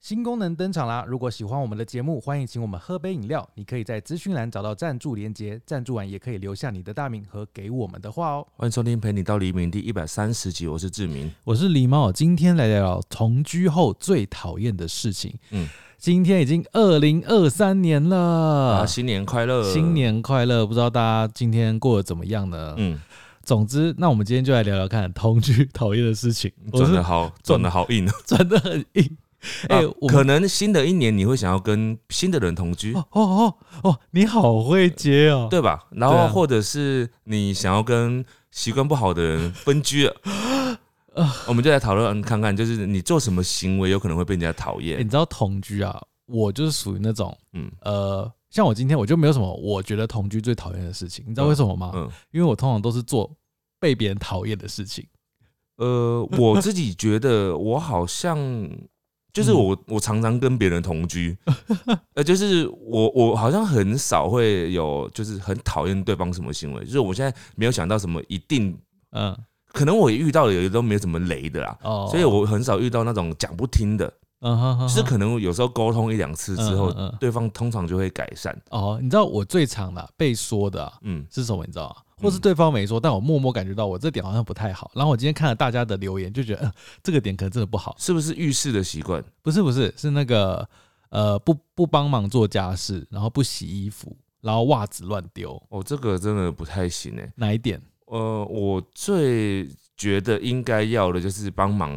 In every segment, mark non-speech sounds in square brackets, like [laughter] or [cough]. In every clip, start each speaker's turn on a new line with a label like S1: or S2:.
S1: 新功能登场啦！如果喜欢我们的节目，欢迎请我们喝杯饮料。你可以在资讯栏找到赞助连接，赞助完也可以留下你的大名和给我们的话哦。
S2: 欢迎收听《陪你到黎明》第一百三十集，我是志明。
S1: 我是狸猫，今天来聊聊同居后最讨厌的事情。嗯
S2: 嗯，
S1: 今天已经二零二三年了
S2: 啊，，新年快乐！
S1: 新，年快乐！不知道大家今天过得怎么样呢？
S2: 嗯，
S1: 总之，那我们今天就来聊聊看同居讨厌的事情。我
S2: 转
S1: 是
S2: 的好，转的好硬啊！
S1: 转的很硬， [laughs] 哎、我们
S2: 可能新的一年你会想要跟新的人同居，
S1: 哦哦哦哦，你好会接哦。
S2: 对吧？然
S1: 对啊
S2: 后或者是你想要跟习惯不好的人分
S1: [laughs]
S2: 居了，我们就来讨论嗯看看，就是你做什么行为有可能会被人家讨
S1: 欸
S2: 厌
S1: 你。知道同居啊，我就是属于那种，
S2: 嗯
S1: 呃，像我今天我就没有什么我觉得同居最讨厌的事情，你知道为什么吗？
S2: 嗯，
S1: 因为我通常都是做被别人讨厌的事情。
S2: 呃，我自己觉得我好像就是
S1: 嗯
S2: 我，我常常跟别人同居，呃，就是我我好像很少会有就是很讨厌对方什么行为，就是我现在没有想到什么一定，
S1: 嗯，
S2: 可能我遇到的有都没有什么雷的啦。
S1: 哦，
S2: 所以我很少遇到那种讲不听的，
S1: 嗯哼哼哼
S2: 就是可能有时候沟通一两次之后
S1: 嗯嗯嗯，
S2: 对方通常就会改善。
S1: 哦，你知道我最常的啊、被说的、啊、
S2: 嗯，
S1: 是什么？你知道吗？或是
S2: 嗯
S1: 对方没说，但我默默感觉到我这点好像不太好。然后我今天看了大家的留言，就觉得、嗯、这个点可能真的不好。
S2: 是不是遇事的习惯？
S1: 不是不是，是那个呃不不帮忙做家事，然后不洗衣服，然后袜子乱丢，
S2: 哦，这个真的不太行哎、
S1: 哪一点？
S2: 呃，我最觉得应该要的就是帮忙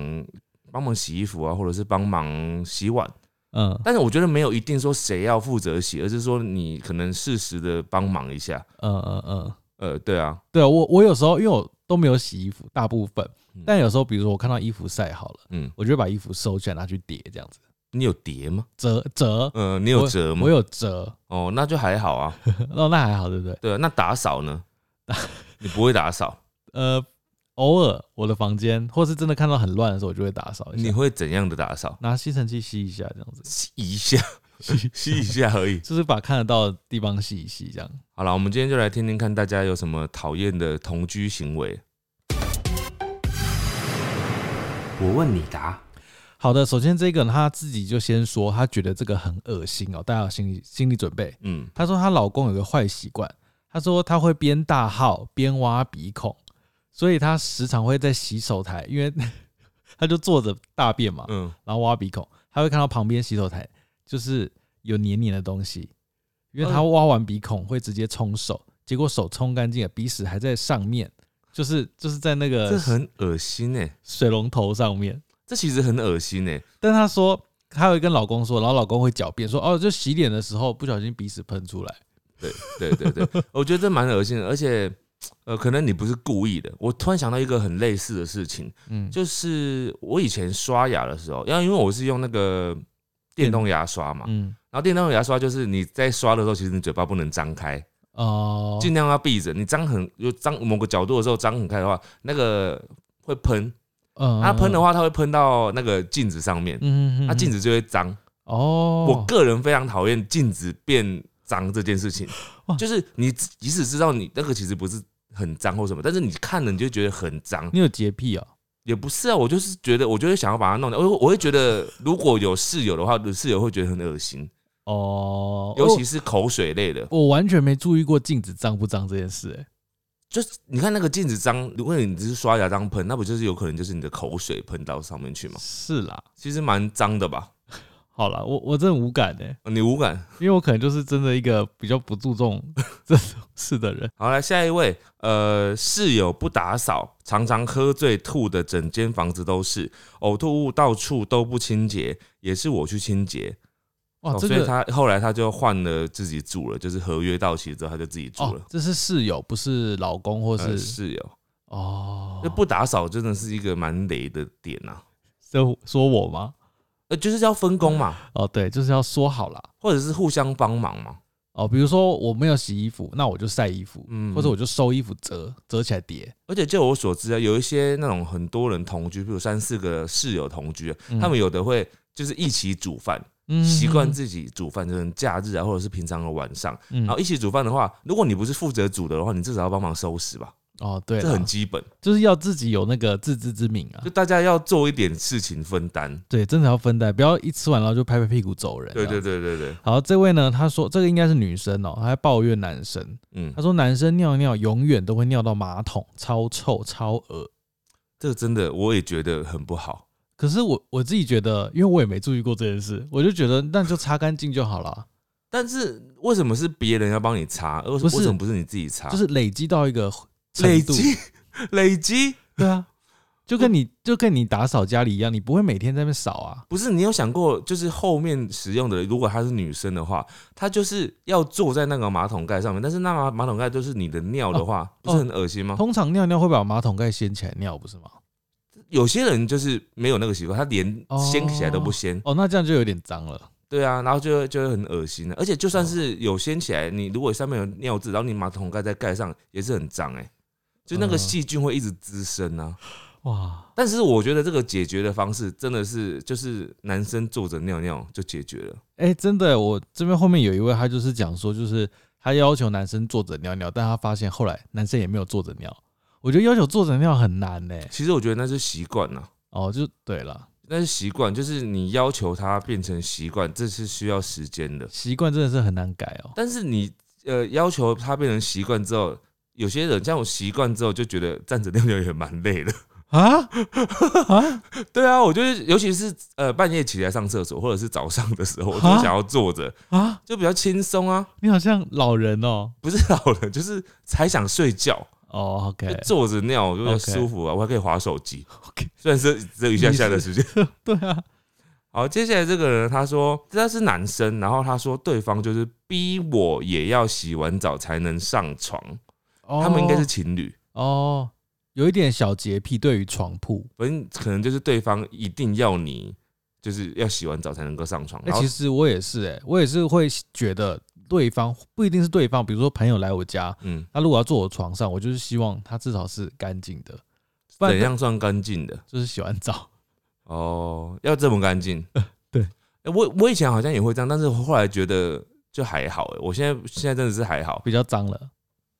S2: 帮忙洗衣服啊，或者是帮忙洗碗。
S1: 嗯，
S2: 但是我觉得没有一定说谁要负责洗，而是说你可能适时的帮忙一下。
S1: 嗯嗯嗯，
S2: 呃，对啊，
S1: 对我我有时候因为我都没有洗衣服，大部分
S2: 嗯，
S1: 但有时候比如说我看到衣服晒好了，
S2: 嗯，
S1: 我就会把衣服收起来拿去叠，这样子
S2: 你有叠吗？
S1: 折折，
S2: 呃，你有折吗
S1: 我？有折， [laughs]
S2: 哦，那就还好啊。
S1: 那那还好，对不对？
S2: 对啊，那打
S1: [laughs]
S2: 扫呢？你不会打扫，
S1: 呃，偶尔我的房间或是真的看到很乱的时候，我就会打扫一
S2: 你
S1: 下，
S2: 会怎样的打扫？
S1: 拿吸尘器吸一下，这样子，
S2: 洗一下， [laughs] 洗一下而已。
S1: 就是把看得到的地方吸一吸，这样。
S2: 好了，我们今天就来听听看大家有什么讨厌的同居行为。
S3: 我问你答。
S1: 好的，首先这个呢她自己就先说，她觉得这个很恶心哦，大家有心理心理准备。
S2: 嗯，
S1: 她说她老公有个坏习惯，她说他会边大号边挖鼻孔，所以她时常会在洗手台，因为 [laughs] 她就坐着大便嘛，
S2: 嗯，
S1: 然后挖鼻孔，她会看到旁边洗手台就是有黏黏的东西，因为她挖完鼻孔会直接冲手，结果手冲干净了，鼻屎还在上面，就是 [laughs] 就是在那
S2: 这
S1: 个
S2: 很恶心哎、
S1: 水龙头上面。
S2: 呃这其实很恶心哎、
S1: 但她说她会跟老公说，然后老公会狡辩说，哦，就洗脸的时候不小心鼻屎喷出来。
S2: 对对对 [laughs] 对，我觉得这蛮恶心的，而且呃，可能你不是故意的。我突然想到一个很类似的事情，
S1: 嗯，
S2: 就是我以前刷牙的时候，因为因为我是用那个电动牙刷嘛，
S1: 嗯
S2: 然后电动牙刷就是你在刷的时候，其实你嘴巴不能张开，
S1: 哦，
S2: 尽量要闭着。你张很有张某个角度的时候张很开的话，那个会喷，
S1: 嗯
S2: 它喷的
S1: 话，
S2: 话它会喷到那个镜子上面，
S1: 嗯，
S2: 啊它镜子就会脏。
S1: 哦，
S2: 我个人非常讨厌镜子变脏这件事情
S1: 哇，
S2: 就是你即即使知道你那个其实不是很脏或什么，但是你看了你就觉得很脏，
S1: 你有洁癖哦，
S2: 也不是啊，我就是觉得，我就是想要把它弄掉，我我会觉得如果有室友的话，室友会觉得很恶心，
S1: 哦，
S2: 尤其是口水类的，
S1: 我我完全没注意过镜子脏不脏这件事、哎，
S2: 就是你看那个镜子脏，如果你只是刷牙这样喷，那不就是有可能就是你的口水喷到上面去吗？
S1: 是啦，
S2: 其实蛮脏的吧，
S1: 好啦，我我真的无感哎、
S2: 你无感。
S1: 因为我可能就是真的一个比较不注
S2: [laughs]
S1: 重这种事的人。
S2: 好，来下一位，呃，室友不打扫，常常喝醉吐的，整间房子都是，呕吐物到处都不清洁，也是我去清洁。
S1: 哇，
S2: 哦
S1: 这
S2: 所以
S1: 个
S2: 他后来他就换了自己住了，就是合约到期之后他就自己住
S1: 哦
S2: 了，。呃
S1: 这是室友，不是老公或
S2: 不
S1: 是、
S2: 室友，
S1: 哦
S2: 那，不打扫真的是一个蛮雷的点呐、啊。
S1: 就说我吗？
S2: 呃，就是要分工嘛，
S1: 哦，对，就是要说好啦。
S2: 或者是互相帮忙嘛。
S1: 哦，比如说我没有洗衣服，那我就晒衣服，
S2: 嗯
S1: 或者我就收衣服折折起来叠。
S2: 而且就我所知啊，有一些那种很多人同居，比如三四个室友同居啊，他们有的会就是一起煮饭。
S1: 嗯
S2: 习惯自己煮饭，就是假日啊，或者是平常的晚上，
S1: 嗯
S2: 然后一起煮饭的话，如果你不是负责煮的话，你至少要帮忙收拾吧。
S1: 哦，对啦，
S2: 这很基本。
S1: 就是要自己有那个自知之明啊
S2: 就。大家要做一点事情分担。
S1: 对，真的要分担，不要一吃完然后就拍拍屁股走人。
S2: 对对
S1: 对。
S2: 对对对，
S1: 好，这位呢，他说这个应该是女生哦，她在抱怨男生。
S2: 嗯
S1: 她，说男生尿尿永远都会尿到马桶，超臭超恶。
S2: 这个真的我也觉得很不好。
S1: 可是我我自己觉得，因为我也没注意过这件事，我就觉得那就擦干净就好了，
S2: 但是为什么是别人要帮你擦？为什
S1: 不是
S2: 为什么不是你自己擦？
S1: 就是累积到一个程
S2: 啊累
S1: 度，
S2: 积累积，
S1: 对啊，就跟你就跟你打扫家里一样，你不会每天在那边扫啊。
S2: 不是你有想过，就是后面使用的，如果她是女生的话，她就是要坐在那个马桶盖上面，但是那马马桶盖就是你的尿的话，不是很恶心吗？
S1: 通常尿尿会把马桶盖掀起来尿，不是吗？
S2: 有些人就是没有那个习惯，他连
S1: 哦
S2: 掀起来都不掀，
S1: 哦，那这样就有点脏了。
S2: 对啊，然后就会就会很恶心啊的。而且就算是有掀起来，你如果上面有尿渍，然后你马桶盖再盖上，也是很脏哎、就那个
S1: 嗯
S2: 细菌会一直滋生啊。
S1: 哇，
S2: 但是我觉得这个解决的方式真的是，就是男生坐着尿尿就解决了。
S1: 哎、真的，我这边后面有一位，他就是讲说，就是他要求男生坐着尿尿，但他发现后来男生也没有坐着尿。我觉得要求坐着尿很难呢、
S2: 其实我觉得那是习惯啊呐，
S1: 哦，就对了，
S2: 那是习惯，就是你要求他变成习惯，这是需要时间的。
S1: 习惯真的是很难改哦。
S2: 但是你呃要求他变成习惯之后，有些人像我习惯之后就觉得站着尿尿也蛮累的。 [laughs]
S1: 啊，
S2: 对啊，我就是尤其是呃半夜起来上厕所，或者是早上的时候，我就
S1: 啊
S2: 想要坐着，
S1: 啊，
S2: 就比较轻松啊。
S1: 你好像老人哦。
S2: 不是老人，就是才想睡觉，
S1: 哦，OK、
S2: 就 [laughs]
S1: o k
S2: 坐着尿我就觉得
S1: OK
S2: 舒服啊，我还可以划手机。
S1: OK，
S2: 虽然是只有一下下的时间。
S1: 对啊，
S2: 好，接下来这个人他说他是男生，然后他说对方就是逼我也要洗完澡才能上床，他们应该是情侣，
S1: 哦，有一点小洁癖，对于床铺。
S2: 反正可能就是对方一定要你就是要洗完澡才能够上床。
S1: 哎、
S2: 然后
S1: 其实我也是、哎，我也是会觉得对方不一定是对方，比如说朋友来我家，
S2: 嗯，
S1: 他如果要坐我床上，我就是希望他至少是干净的，不然
S2: 怎样算干净的？
S1: 就是洗完
S2: [laughs]
S1: 澡。
S2: 哦，要这么干净？
S1: 呃对
S2: 诶我我以前好像也会这样，但是我后来觉得就还好、诶我现在现在真的是还好，
S1: 比较脏了。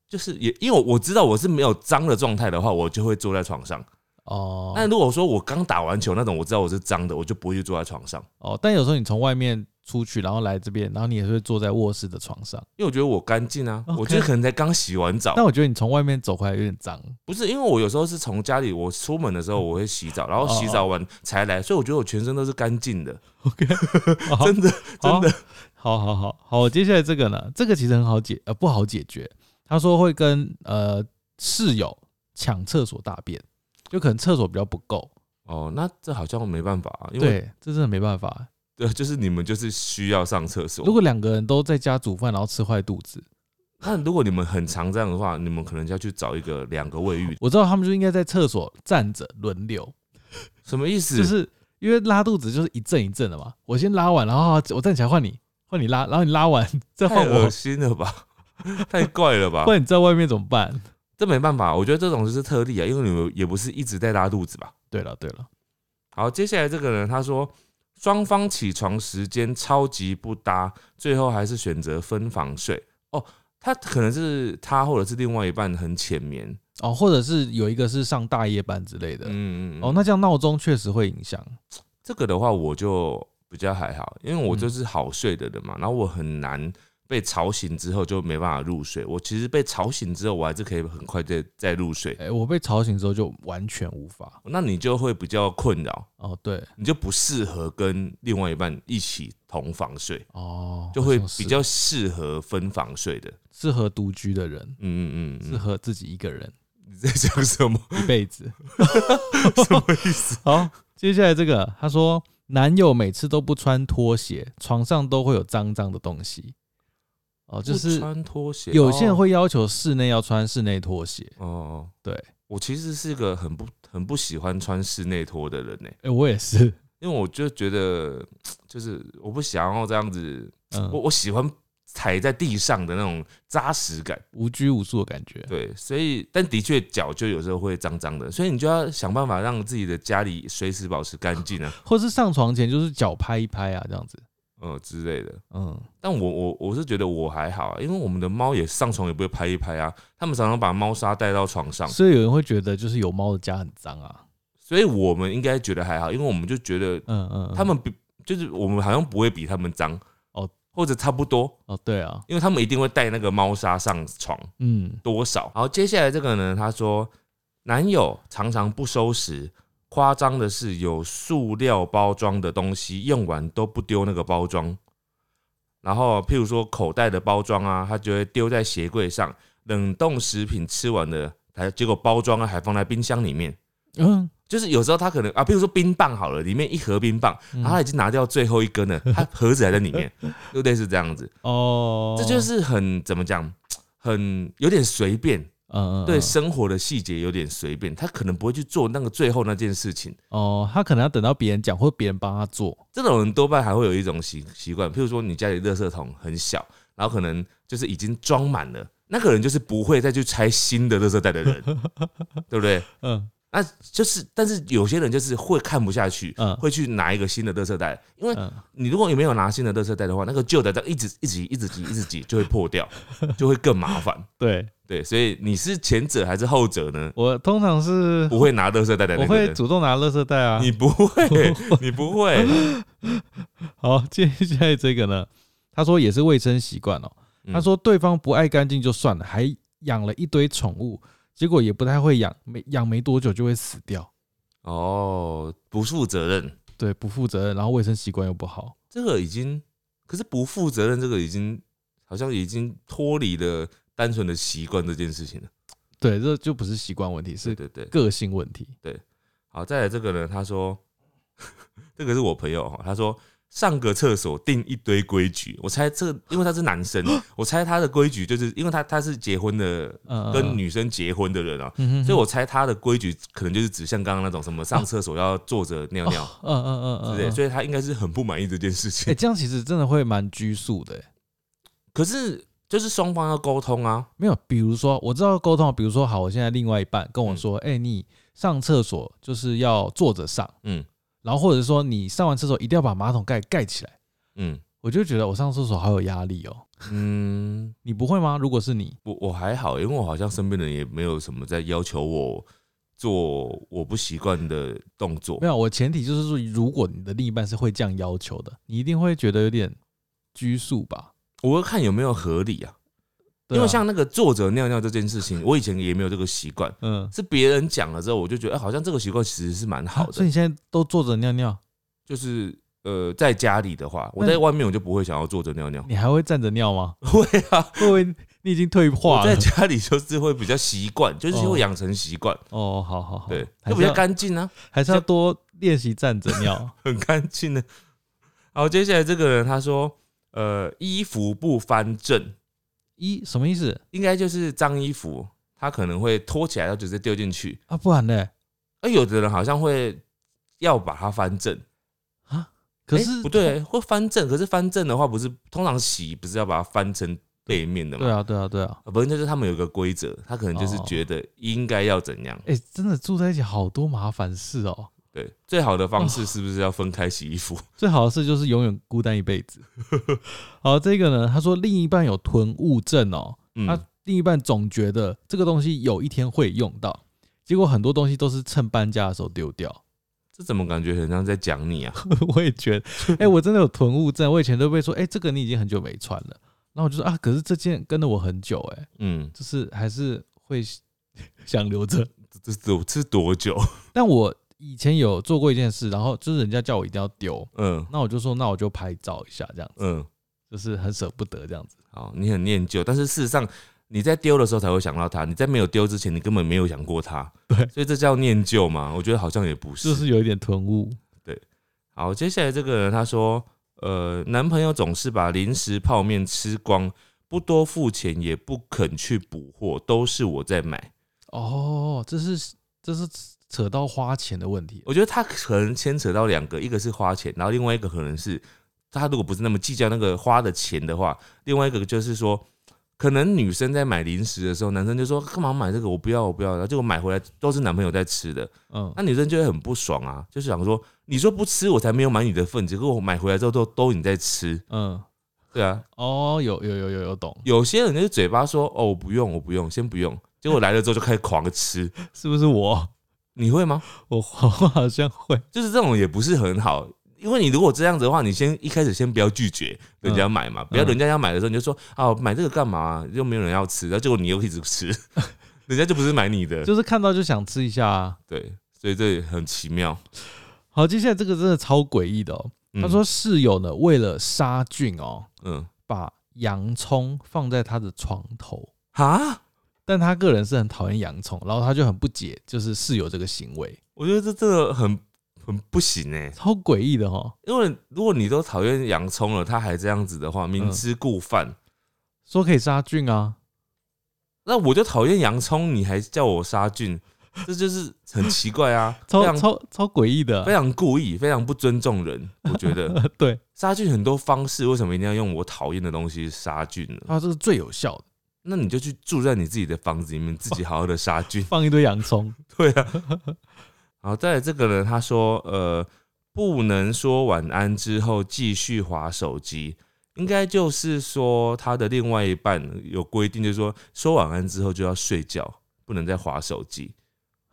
S2: 就是也因为我我知道我是没有脏的状态的话，我就会坐在床上。
S1: 哦，
S2: 但如果说我刚打完球那种，我知道我是脏的，我就不会去坐在床上，
S1: 哦，但有时候你从外面出去，然后来这边，然后你也是会坐在卧室的床上。
S2: 因为我觉得我干净啊。
S1: OK
S2: 我觉得可能才刚洗完澡
S1: 但，我觉得你从外面走回来有点脏。
S2: 不是因为我有时候是从家里，我出门的时候我会洗澡，然后洗澡完才来，所以我觉得我全身都是干净的， [laughs]
S1: OK，好哦
S2: 真的真的。
S1: 好好好好，接下来这个呢，这个其实很好解，呃，不好解决。他说会跟呃室友抢厕所大便，就可能厕所比较不够。
S2: 哦，那这好像没办法、啊，因为
S1: 对，这真的没办法。
S2: 对，就是你们就是需要上厕所。
S1: 如果两个人都在家煮饭，然后吃坏肚子，
S2: 那如果你们很常这样的话，你们可能就要去找一个两个卫浴，
S1: 我知道他们就应该在厕所站着轮流，
S2: 什么意思？
S1: 就是因为拉肚子就是一阵一阵的嘛。我先拉完，然后啊我站起来换你，换你拉，然后你拉完 [laughs] 再
S2: 太
S1: 换
S2: 恶
S1: 我，
S2: 心
S1: [laughs]
S2: 了吧，太怪了吧
S1: 不？然你在外面怎么办？ [laughs]
S2: 这没办法，我觉得这种就是特例啊，因为你们也不是一直在拉肚子吧。
S1: 对了对了，
S2: 好，接下来这个人他说，双方起床时间超级不搭，最后还是选择分房睡。哦，他可能是他或者是另外一半很浅眠。
S1: 哦，或者是有一个是上大夜班之类的，
S2: 嗯
S1: 哦，那这样闹钟确实会影响。
S2: 这个的话我就比较还好，因为我
S1: 嗯
S2: 就是好睡的人嘛，然后我很难被吵醒之后就没办法入睡。我其实被吵醒之后，我还是可以很快再再入睡。
S1: 哎、我被吵醒之后就完全无法。
S2: 那你就会比较困扰，
S1: 哦，对，
S2: 你就不适合跟另外一半一起同房睡，
S1: 哦，
S2: 就会
S1: 好像是
S2: 比较适合分房睡的。
S1: 适合独居的人，
S2: 嗯嗯嗯
S1: 适
S2: 嗯，
S1: 合自己一个人
S2: [laughs] 你在讲什
S1: [laughs]
S2: 么？
S1: 一辈
S2: [laughs]
S1: 子。
S2: 什么意思？
S1: 好，接下来这个，他说男友每次都不穿拖鞋，床上都会有脏脏的东西。哦， [laughs] 就
S2: 不
S1: 是
S2: 穿拖鞋，
S1: 有些人
S2: 哦
S1: 会要求室内要穿室内拖鞋。
S2: 哦哦，
S1: 对，
S2: 我其实是个很不很不喜欢穿室内拖的人呢，
S1: 哎、
S2: 欸
S1: 我也是，
S2: 因为我就觉得就是我不想要这样子，我
S1: 嗯，
S2: 我喜欢踩在地上的那种扎实感。
S1: 无拘无束的感觉。
S2: 对，所以但的确脚就有时候会脏脏的，所以你就要想
S1: [laughs]
S2: 办法让自己的家里随时保持干净啊。
S1: 或是上床前就是脚拍一拍啊，这样子。
S2: 呃之类的。
S1: 嗯，
S2: 但我我我是觉得我还好啊，因为我们的猫也上床也不会拍一拍啊，他们常常把猫砂带到床上，
S1: 所以有人会觉得就是有猫的家很脏啊。
S2: 所以我们应该觉得还好，因为我们就觉得
S1: 嗯嗯，嗯
S2: 他们比就是我们好像不会比他们脏
S1: 哦，
S2: 或者差不多，
S1: 哦对啊，
S2: 因为他们一定会带那个猫砂上床
S1: 嗯，
S2: 多少。好，接下来这个呢，他说男友常常不收拾，夸张的是有塑料包装的东西用完都不丢那个包装，然后啊譬如说口袋的包装啊，他就会丢在鞋柜上，冷冻食品吃完了，还结果包装啊还放在冰箱里面。
S1: 嗯，
S2: 就是有时候他可能啊，譬如说冰棒好了，里面一盒冰棒，
S1: 嗯
S2: 然后他已经拿掉最后一根 [laughs] 了，他盒子还在里面，就类似这样子。
S1: 哦，
S2: 这就是很怎么讲，很有点随便，
S1: 嗯嗯
S2: 对
S1: 嗯
S2: 生活的细节有点随便，他可能不会去做那个最后那件事情。
S1: 哦，他可能要等到别人讲或别人帮他做，
S2: 这种人多半还会有一种习习惯，譬如说你家里垃圾桶很小，然后可能就是已经装满了，那个人就是不会再去拆新的垃圾袋的人， [laughs] 对不对？
S1: 嗯
S2: 那就是，但是有些人就是会看不下去，
S1: 嗯
S2: 会去拿一个新的垃圾袋，因为
S1: 嗯
S2: 你如果没有拿新的垃圾袋的话，那个旧的袋一直一直一直挤一直挤就会破掉，就会更麻烦。
S1: 对
S2: 对，所以你是前者还是后者呢？
S1: 我通常是
S2: 不会拿垃圾袋的
S1: 我
S2: 那个
S1: 会
S2: 人，
S1: 主动拿垃圾袋啊。 [laughs]
S2: 你不 [laughs] 会，你不会，
S1: 好，接下来这个呢，他说也是卫生习惯哦。[laughs]
S2: 嗯
S1: 他说对方不爱干净就算了，还养了一堆宠物，结果也不太会养，没养没多久就会死掉。
S2: 哦，不负责任，
S1: 对，不负责任，然后卫生习惯又不好。
S2: 这个已经，可是不负责任这个已经好像已经脱离了单纯的习惯这件事情了。
S1: 对，这就不是习惯问题，
S2: 对
S1: 是
S2: 对对，
S1: 个性问题。
S2: 好，再来这个呢，他说， [laughs] 这个是我朋友哈，他说上个厕所定一堆规矩，我猜这个，因为他是
S1: [gasps]
S2: 男生，我猜他的规矩就是因为他他是结婚的，
S1: 嗯，
S2: 跟女生结婚的人啊，
S1: 嗯，嗯哼
S2: 所以我猜他的规矩可能就是指像刚刚那种什么上厕所要坐着尿尿
S1: 哦嗯嗯嗯嗯，
S2: 之类，
S1: 嗯
S2: 所以他应该是很不满意这件事情
S1: 哎，。这样其实真的会蛮拘束的。哎
S2: 可是就是双方要沟通啊，
S1: 没有，比如说我知道沟通，比如说好，我现在另外一半跟我说，哎，你上厕所就是要坐着上，
S2: 嗯
S1: 然后或者说你上完厕所一定要把马桶盖盖起来，
S2: 嗯
S1: 我就觉得我上厕所好有压力哦。
S2: 嗯，
S1: 你不会吗？如果是你，
S2: 我我还好，因为我好像身边的人也没有什么在要求我做我不习惯的动作
S1: 没。有，我前提就是说，如果你的另一半是会这样要求的，你一定会觉得有点拘束吧？
S2: 我会看有没有合理啊，
S1: 对啊
S2: 因为像那个坐着尿尿这件事情，我以前也没有这个习惯，
S1: 嗯，
S2: 是别人讲了之后，我就觉得、哎，好像这个习惯其实是蛮好
S1: 啊所以
S2: 的，
S1: 你现在都坐着尿尿，
S2: 就是。呃，在家里的话，我
S1: 那你
S2: 在外面我就不会想要坐着尿尿。
S1: 你还会站着尿吗？
S2: [laughs] 会啊，
S1: 会不会你已经退化
S2: 我在
S1: 了？
S2: 家里就是会比较习惯，就是
S1: 哦
S2: 会养成习惯，
S1: 哦，好好好，
S2: 对，
S1: 还
S2: 就是比较
S1: 要
S2: 干净啊，。
S1: 还是要多练习站着尿
S2: 很干净的。 [laughs] 好，接下来这个人他说，呃，衣服不翻正，
S1: 一什么意思
S2: 应该就是脏衣服，他可能会脱起来，然后直接丢进去。
S1: 啊？不然呢？
S2: 而有的人好像会要把它翻正，
S1: 啊可
S2: 诶
S1: 是、
S2: 不对，会翻正。可是翻正的话，不是通常洗不是要把它翻成背面的吗？
S1: 对啊，对啊，对啊。
S2: 呃，不是，就是他们有一个规则，他可能就是
S1: 哦
S2: 觉得应该要怎样。
S1: 哎、真的住在一起好多麻烦事哦。
S2: 对，最好的方式是不是要分开洗衣服？
S1: 最好的事就是永远孤单一辈子。 [laughs] 好，这个呢，他说另一半有囤物症哦，
S2: 嗯，
S1: 他另一半总觉得这个东西有一天会用到，结果很多东西都是趁搬家的时候丢掉。 [laughs]
S2: 这怎么感觉很像在讲你啊？
S1: 我也觉得， [laughs] 哎、我真的有囤物症，我以前都被说，哎、这个你已经很久没穿了，然后我就说啊，可是这件跟了我很久、哎，
S2: 嗯，
S1: 就是还是会想留着。
S2: 这这这多久？ [laughs]
S1: 但我以前有做过一件事，然后就是人家叫我一定要丢，
S2: 嗯
S1: 那我就说那我就拍照一下，这样子，
S2: 嗯，
S1: 就是很舍不得这样子。
S2: 好，你很念旧，但是事实上你在丢的时候才会想到它，你在没有丢之前，你根本没有想过它。
S1: 对
S2: 所以这叫念旧吗？我觉得好像也不是。
S1: 就是有一点囤物。
S2: 好，接下来这个人他说，呃，男朋友总是把零食泡面吃光，不多付钱也不肯去补货，都是我在买。
S1: 哦，这是这是扯到花钱的问题。
S2: 我觉得他可能牵扯到两个，一个是花钱，然后另外一个可能是他如果不是那么计较那个花的钱的话，另外一个就是说，可能女生在买零食的时候，男生就说干嘛买这个？我不要，我不要。然后结果买回来都是男朋友在吃的，
S1: 嗯
S2: 那女生就会很不爽啊，就是想说你说不吃我才没有买你的份，结果我买回来之后都都你在吃，
S1: 嗯，
S2: 对啊。
S1: 哦，有有有有有懂，
S2: 有些人就是嘴巴说哦我不用我不用，先不用，结果来了之后就开始狂吃，
S1: [laughs] 是不是我？ [laughs]
S2: 你会吗？
S1: 我我好像会，
S2: 就是这种也不是很好，因为你如果这样子的话，你先一开始先不要拒绝人家买
S1: 嗯
S2: 嘛，不要人家要买的时候你就说啊买这个干嘛、又没有人要吃，然后结果你又一直吃， [laughs] 人家就不是买你的，
S1: 就是看到就想吃一下啊。
S2: 对，所以这也很奇妙。
S1: 好，接下来这个真的超诡异的哦。
S2: 嗯
S1: 他说室友呢，为了杀菌哦，
S2: 嗯
S1: 把洋葱放在他的床头，
S2: 啊，
S1: 但他个人是很讨厌洋葱，然后他就很不解，就是室友这个行为
S2: 我觉得这真的很很不行哎、
S1: 超诡异的哦。
S2: 因为如果你都讨厌洋葱了，他还这样子的话，明知故犯，
S1: 嗯说可以杀菌啊，
S2: 那我就讨厌洋葱，你还叫我杀菌，这就是很奇怪啊，
S1: [laughs]
S2: 非
S1: 超
S2: 常
S1: 超超诡异
S2: 非
S1: 的，
S2: 常故意，非常不尊重人，我觉得。
S1: [laughs] 对，
S2: 杀菌很多方式，为什么一定要用我讨厌的东西杀菌呢？
S1: 他说这是最有效的，。
S2: 那你就去住在你自己的房子里面，自己好好的杀菌 [laughs]
S1: 放一堆洋葱，
S2: 对啊。好，再来这个人，他说，呃，不能说晚安之后继续划手机，应该就是说他的另外一半有规定，就是说说晚安之后就要睡觉，不能再划手机。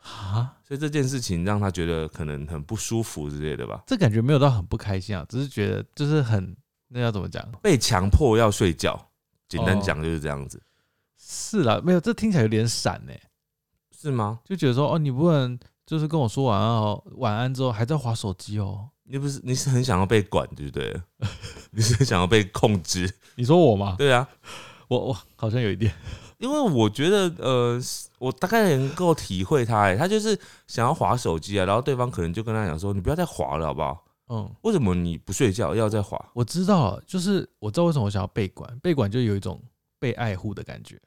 S1: 啊，
S2: 所以这件事情让他觉得可能很不舒服之类的吧，
S1: 这感觉没有到很不开心啊，只是觉得就是很那要怎么讲？
S2: 被强迫要睡觉，简单
S1: 哦
S2: 讲就是这样子，
S1: 是啦，没有，这听起来有点闪呢、
S2: 是吗？
S1: 就觉得说哦，你不能就是跟我说晚安哦，晚安之后还在划手机哦。
S2: 你不是你是很想要被管，对不对？ [laughs] 你是想要被控制，
S1: 你说我吗？
S2: 对啊，
S1: 我我好像有一点，
S2: 因为我觉得呃，我大概能够体会他、欸，他就是想要划手机啊，然后对方可能就跟他讲说，你不要再划了，好不好？
S1: 嗯，
S2: 为什么你不睡觉要再划？
S1: 我知道了，就是我知道为什么我想要被管，被管就有一种被爱护的感 [laughs] 觉，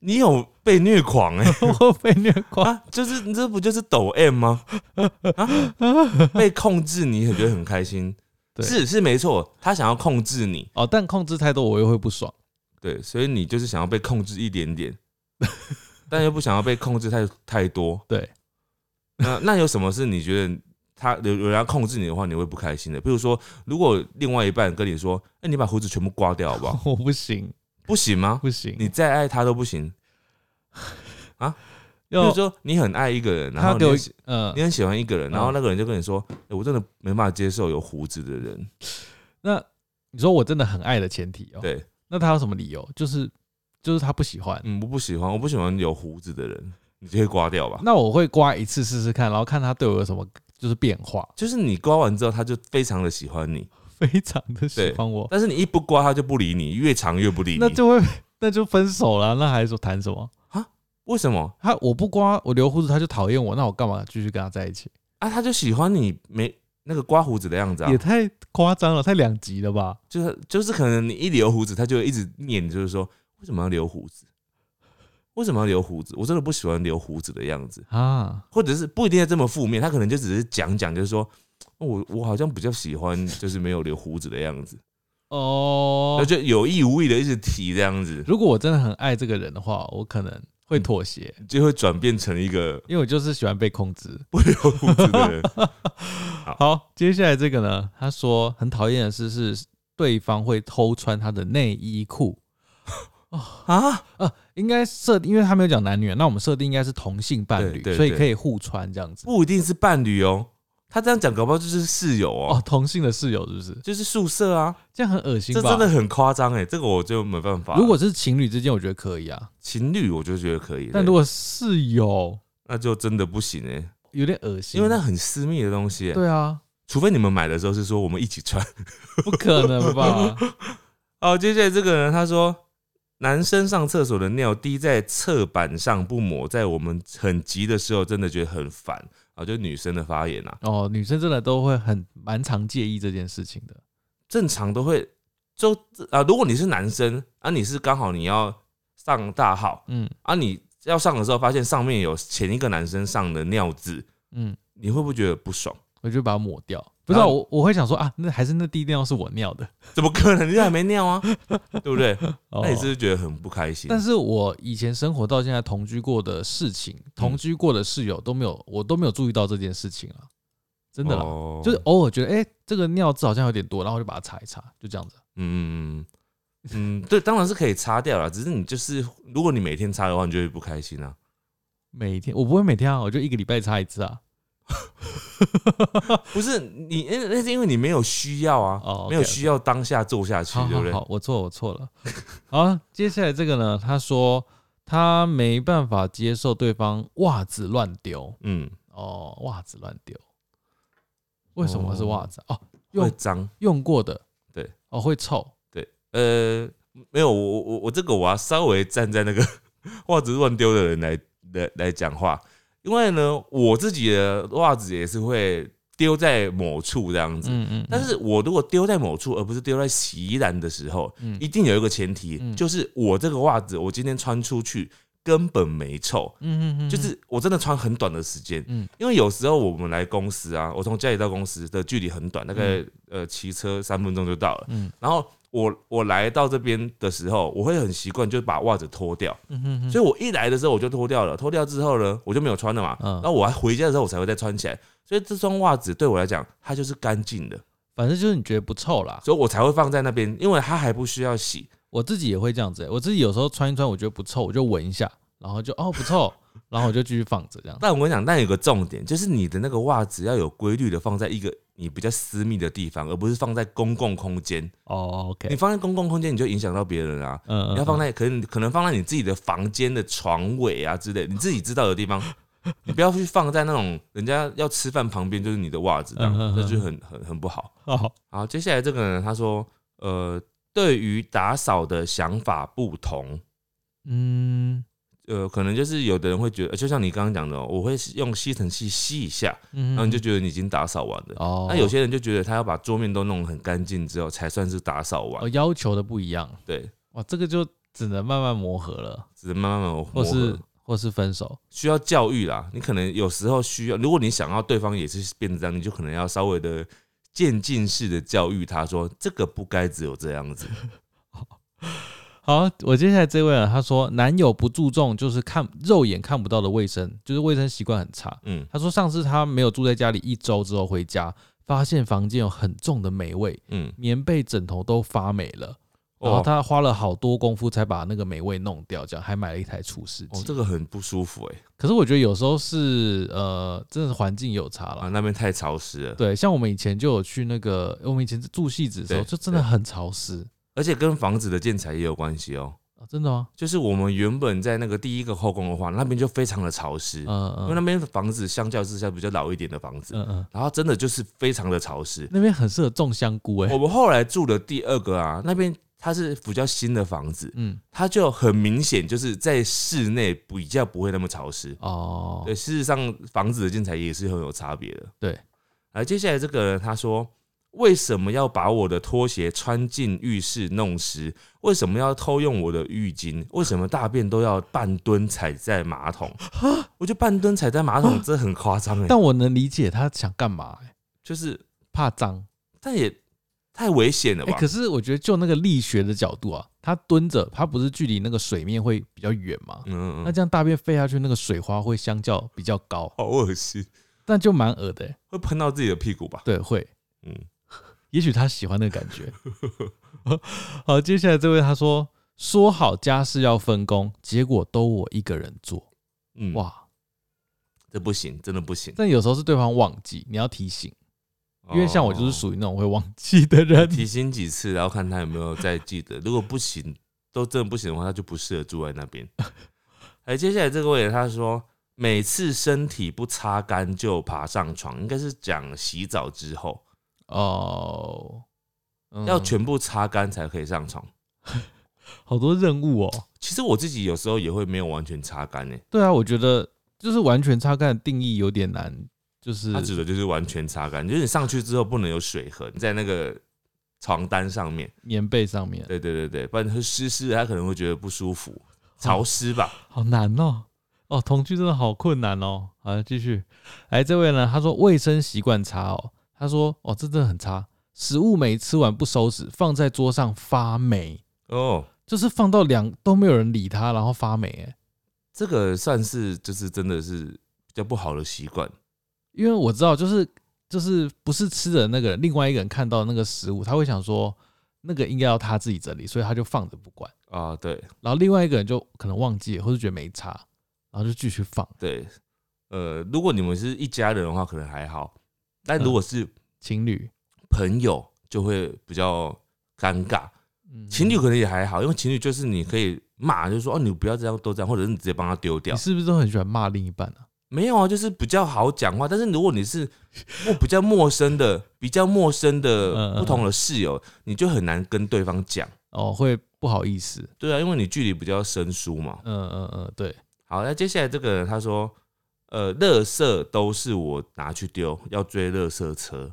S2: 你有被虐狂
S1: [laughs]
S2: 哎、
S1: 我被虐狂，
S2: 啊，就是你这不就是抖 M 吗？啊，被控制你很觉得很开心，
S1: 对
S2: 是是没错，他想要控制你，
S1: 哦，但控制太多我又会不爽，
S2: 对，所以你就是想要被控制一点点， [laughs] 但又不想要被控制太太多。
S1: 对，
S2: 那那有什么是你觉得他有有人要控制你的话，你会不开心的？比如说，如果另外一半跟你说：“哎、你把胡子全部刮掉好不好
S1: 我不行，？”
S2: 不行吗？
S1: 不行，
S2: 你再爱他都不行。比
S1: 要
S2: 如说，你很爱一个人，然
S1: 他
S2: 后
S1: 给
S2: 你
S1: 我
S2: 很
S1: 一
S2: 喜
S1: 嗯
S2: 你，很喜欢一个人，
S1: 嗯
S2: 然后那个人就跟你说：“哎、我真的没办法接受有胡子的人。
S1: 那你说我真的很爱的前提”哦，
S2: 对，
S1: 那他有什么理由？就是就是他不喜欢，
S2: 嗯，我不喜欢，我不喜欢有胡子的人，你就会刮掉吧。
S1: 那我会刮一次试试看，然后看他对我有什么就是变化，
S2: 就是你刮完之后，他就非常的喜欢你，
S1: 非常的喜
S2: 对
S1: 欢我，
S2: 但是你一不刮，他就不理你，越长越不理你。
S1: 那就会 [laughs] 那就分手了，那还说谈什么？
S2: 为什么
S1: 他我不刮，我留胡子他就讨厌我，那我干嘛继续跟他在一起？
S2: 啊？他就喜欢你没那个刮胡子的样子啊
S1: 也？太夸张了，太两极了吧？
S2: 就是就是可能你一留胡子，他就会一直念，就是说为什么要留胡子？为什么要留胡子？我真的不喜欢留胡子的样子，
S1: 啊，
S2: 或者是不一定要这么负面，他可能就只是讲讲，就是说哦我我好像比较喜欢就是没有留胡子的样子，
S1: 哦
S2: 那，就有意无意的一直提这样子，
S1: 如果我真的很爱这个人的话，我可能会
S2: 嗯
S1: 妥协，
S2: 就会转变成一个 [laughs]
S1: 因为我就是喜欢被控制。
S2: 不留胡子
S1: [laughs]
S2: 的人。
S1: 好，接下来这个呢，他说很讨厌的是是对方会偷穿他的内衣裤。
S2: 啊，
S1: 应该设，因为他没有讲男女，啊那我们设定应该是同性伴
S2: 对
S1: 侣，
S2: 对
S1: 所以
S2: 对
S1: 可以互穿这样子。
S2: 不一定是伴侣哦。他这样讲，搞不好就是室友哦，
S1: 哦，同性的室友是不是？
S2: 就是宿舍啊，
S1: 这样很恶心
S2: 这
S1: 吧？
S2: 真的很夸张哎，这个我就没办法。
S1: 如果是情侣之间，我觉得可以啊，
S2: 情侣，我就觉得可以，
S1: 但
S2: 对
S1: 如果室友，
S2: 那就真的不行哎，
S1: 有点恶心，
S2: 因为那很私密的东西欸，
S1: 对啊，
S2: 除非你们买的时候是说我们一起穿。 [laughs]
S1: 不可能吧？
S2: 哦，接下来这个人他说，男生上厕所的尿滴在侧板上不抹，在我们很急的时候，真的觉得很烦啊，就女生的发言啊，
S1: 哦，女生真的都会很蛮常介意这件事情的。
S2: 正常都会就啊，如果你是男生啊，你是刚好你要上大号，
S1: 嗯
S2: 啊，你要上的时候发现上面有前一个男生上的尿渍，
S1: 嗯，
S2: 你会不会觉得不爽？ [laughs]
S1: 我就把它抹掉，不知道
S2: 然后
S1: 我我会想说啊，那还是那第一尿是我尿的。
S2: 怎么可能？你还没尿啊， [laughs] 对不对？
S1: 哦
S2: 那你是不是觉得很不开心？
S1: 但是我以前生活到现在同居过的事情，
S2: 嗯
S1: 同居过的室友都没有，我都没有注意到这件事情啊，真的啦，
S2: 哦
S1: 就是偶尔觉得哎、这个尿渍好像有点多，然后我就把它擦一擦，就这样子。
S2: 嗯嗯，对，当然是可以擦掉了。只是你就是，如果你每天擦的话，你就会不开心啊。
S1: 每天我不会每天啊，我就一个礼拜擦一次啊。
S2: 不是你，那那是因为你没有需要啊，
S1: 哦，OK，
S2: 没有需要当下做下去，
S1: 好
S2: 对
S1: 好
S2: 不对？
S1: 好，我错我错了。 [laughs] 好，接下来这个呢，他说他没办法接受对方袜子乱丢
S2: 嗯，
S1: 哦，袜子乱丢，为什么是袜子啊？哦，用
S2: 会脏。
S1: 用过的，
S2: 对，
S1: 哦会臭，
S2: 呃，没有，我我我这个我要稍微站在那个 [laughs] 袜子乱丢的人来来来讲话，因为呢，我自己的袜子也是会丢在某处这样子。
S1: 嗯嗯，
S2: 但是我如果丢在某处，而不是丢在洗衣篮的时候，
S1: 嗯
S2: 一定有一个前提，
S1: 嗯
S2: 就是我这个袜子我今天穿出去根本没臭，
S1: 嗯嗯嗯，
S2: 就是我真的穿很短的时间，
S1: 嗯
S2: 因为有时候我们来公司啊，我从家里到公司的距离很短，大概、呃骑车三分钟就到了，
S1: 嗯
S2: 然后我我来到这边的时候，我会很习惯就把袜子脱掉，
S1: 嗯嗯嗯，
S2: 所以我一来的时候我就脱掉了，脱掉之后呢，我就没有穿了嘛，
S1: 嗯
S2: 然后我还回家的时候我才会再穿起来，所以这双袜子对我来讲它就是干净的，
S1: 反正就是你觉得不臭啦。
S2: 所以我才会放在那边，因为它还不需要洗。
S1: 我自己也会这样子欸、我自己有时候穿一穿，我觉得不臭，我就闻一下，然后就哦不臭，然后我就继续放着这样。
S2: 但我跟你讲，但有个重点，就是你的那个袜子要有规律的放在一个你比较私密的地方，而不是放在公共空间。
S1: 哦
S2: 你
S1: ，OK，
S2: 放在公共空间，你就影响到别人啊。
S1: 嗯，
S2: 你要放在可能可能放在你自己的房间的床尾啊之类，你自己知道的
S1: [laughs]
S2: 地方，你不要去放在那种人家要吃饭旁边就是你的袜子，这样
S1: 嗯嗯嗯
S2: 那就很很很不好。
S1: 哦，
S2: 好，接下来这个人他说，呃，对于打扫的想法不同，
S1: 嗯
S2: 呃，可能就是有的人会觉得，呃就像你刚刚讲的哦，我会用吸尘器吸一下，
S1: 嗯，
S2: 然后你就觉得你已经打扫完了。
S1: 哦，
S2: 那有些人就觉得他要把桌面都弄得很干净之后才算是打扫
S1: 哦
S2: 完，
S1: 要求的不一样，
S2: 对，
S1: 哇，这个就只能慢慢磨合了，
S2: 只能慢慢慢慢
S1: 或
S2: 磨
S1: 是
S2: 合，
S1: 或是分手。
S2: 需要教育啦。你可能有时候需要，如果你想要对方也是变成这样，你就可能要稍微的渐进式的教育他说，这个不该只有这样子。
S1: 好，我接下来这位啊，他说男友不注重就是看肉眼看不到的卫生，就是卫生习惯很差。
S2: 嗯
S1: 他说上次他没有住在家里一周之后回家，发现房间有很重的霉味， [laughs]
S2: 嗯，
S1: 棉被、枕头都发霉了。然后
S2: 哦
S1: 他花了好多功夫才把那个霉味弄掉，这样还买了一台除湿机。
S2: 哦，这个很不舒服哎、
S1: 可是我觉得有时候是呃，真的是环境有差
S2: 啊，
S1: 了。
S2: 那边太潮湿了，
S1: 对，像我们以前就有去那个，我们以前住戏子的时候，
S2: 对
S1: 就真的很潮湿
S2: 而且跟房子的建材也有关系哦。
S1: 啊，真的吗？
S2: 就是我们原本在那个第一个后宫的话，那边就非常的潮湿，
S1: 嗯
S2: 因
S1: 嗯
S2: 为那边的房子相较之下比较老一点的房子，
S1: 嗯嗯，
S2: 然后真的就是非常的潮湿。
S1: 那边很适合种香菇哎、
S2: 我们后来住的第二个啊，那边它是比较新的房子，
S1: 嗯
S2: 它就很明显就是在室内比较不会那么潮湿。
S1: 哦
S2: 对，事实上房子的建材也是很有差别的。
S1: 对，
S2: 而接下来这个人他说。为什么要把我的拖鞋穿进浴室弄湿？为什么要偷用我的浴巾？为什么大便都要半蹲踩在马桶？我觉得半蹲踩在马桶这很夸
S1: [laughs]
S2: 张哎，
S1: 但我能理解他想干嘛、欸，
S2: 就是
S1: 怕脏
S2: 但也太危险了
S1: 哎、
S2: 吧？
S1: 可是我觉得就那个力学的角度啊，他蹲着，他不是距离那个水面会比较远吗？
S2: 嗯嗯
S1: 那
S2: 嗯，
S1: 这样大便飞下去，那个水花会相较比较高，
S2: 好恶心，
S1: 但就蛮恶的欸、
S2: 会喷到自己的屁股吧？
S1: 对，会。
S2: 嗯，
S1: 也许他喜欢那个感觉。 [laughs] 好，接下来这位他说说好家事要分工，结果都我一个人做，
S2: 嗯，哇，
S1: 哇！
S2: 这不行，真的不行，
S1: 但有时候是对方忘记，你要提醒，
S2: 哦
S1: 因为像我就是
S2: 于
S1: 属于那种会忘记的
S2: [laughs]
S1: 人。
S2: 提醒几次，然后看他有没有再记得。如果不行，都真的不行的话，他就不适合住在那边。
S1: [laughs]
S2: 哎，接下来这位他说，每次身体不擦干就爬上床，应该是讲洗澡之后
S1: 哦，嗯
S2: 要全部擦干才可以上床。
S1: 好多任务哦。
S2: 其实我自己有时候也会没有完全擦干呢，欸
S1: 对啊，我觉得就是完全擦干的定义有点难，就是
S2: 他指的就是完全擦干，就是你上去之后不能有水痕在那个床单上面。
S1: 棉被上面
S2: 对对对对，不然它湿湿的，他可能会觉得不舒服，潮湿吧。
S1: 好难哦。哦，哎同居真的好困难哦。好，继续。来，这位呢，他说卫生习惯差哦。他说：“哦，这真的很差，食物没吃完不收拾，放在桌上发霉，
S2: 哦，
S1: 就是放到两都没有人理他，然后发霉、欸。
S2: 这个算是就是真的是比较不好的习惯，
S1: 因为我知道，就是就是不是吃的那个人，另外一个人看到那个食物，他会想说那个应该要他自己整理，所以他就放着不管。
S2: 啊，对
S1: 然后另外一个人就可能忘记了，或是觉得没差，然后就继续放
S2: 对，呃，如果你们是一家人的话，可能还好，但如果是
S1: 情侣。”
S2: 朋友，就会比较尴尬。
S1: 嗯
S2: 情侣可能也还好，因为情侣就是你可以骂，就是说哦，你不要这样都这样，或者是你直接帮他丢掉
S1: 你。是不是都很喜欢骂另一半啊？
S2: 没有啊，就是比较好讲话。但是如果你是我比较陌生的、比较陌生
S1: 嗯嗯
S2: 的
S1: 嗯
S2: 不同的室友，你就很难跟对方讲。
S1: 哦，会不好意思。
S2: 对啊，因为你距离比较生疏嘛。
S1: 嗯嗯嗯，对，
S2: 好，那接下来这个人他说，呃，垃圾都是我拿去丢，要追垃圾车，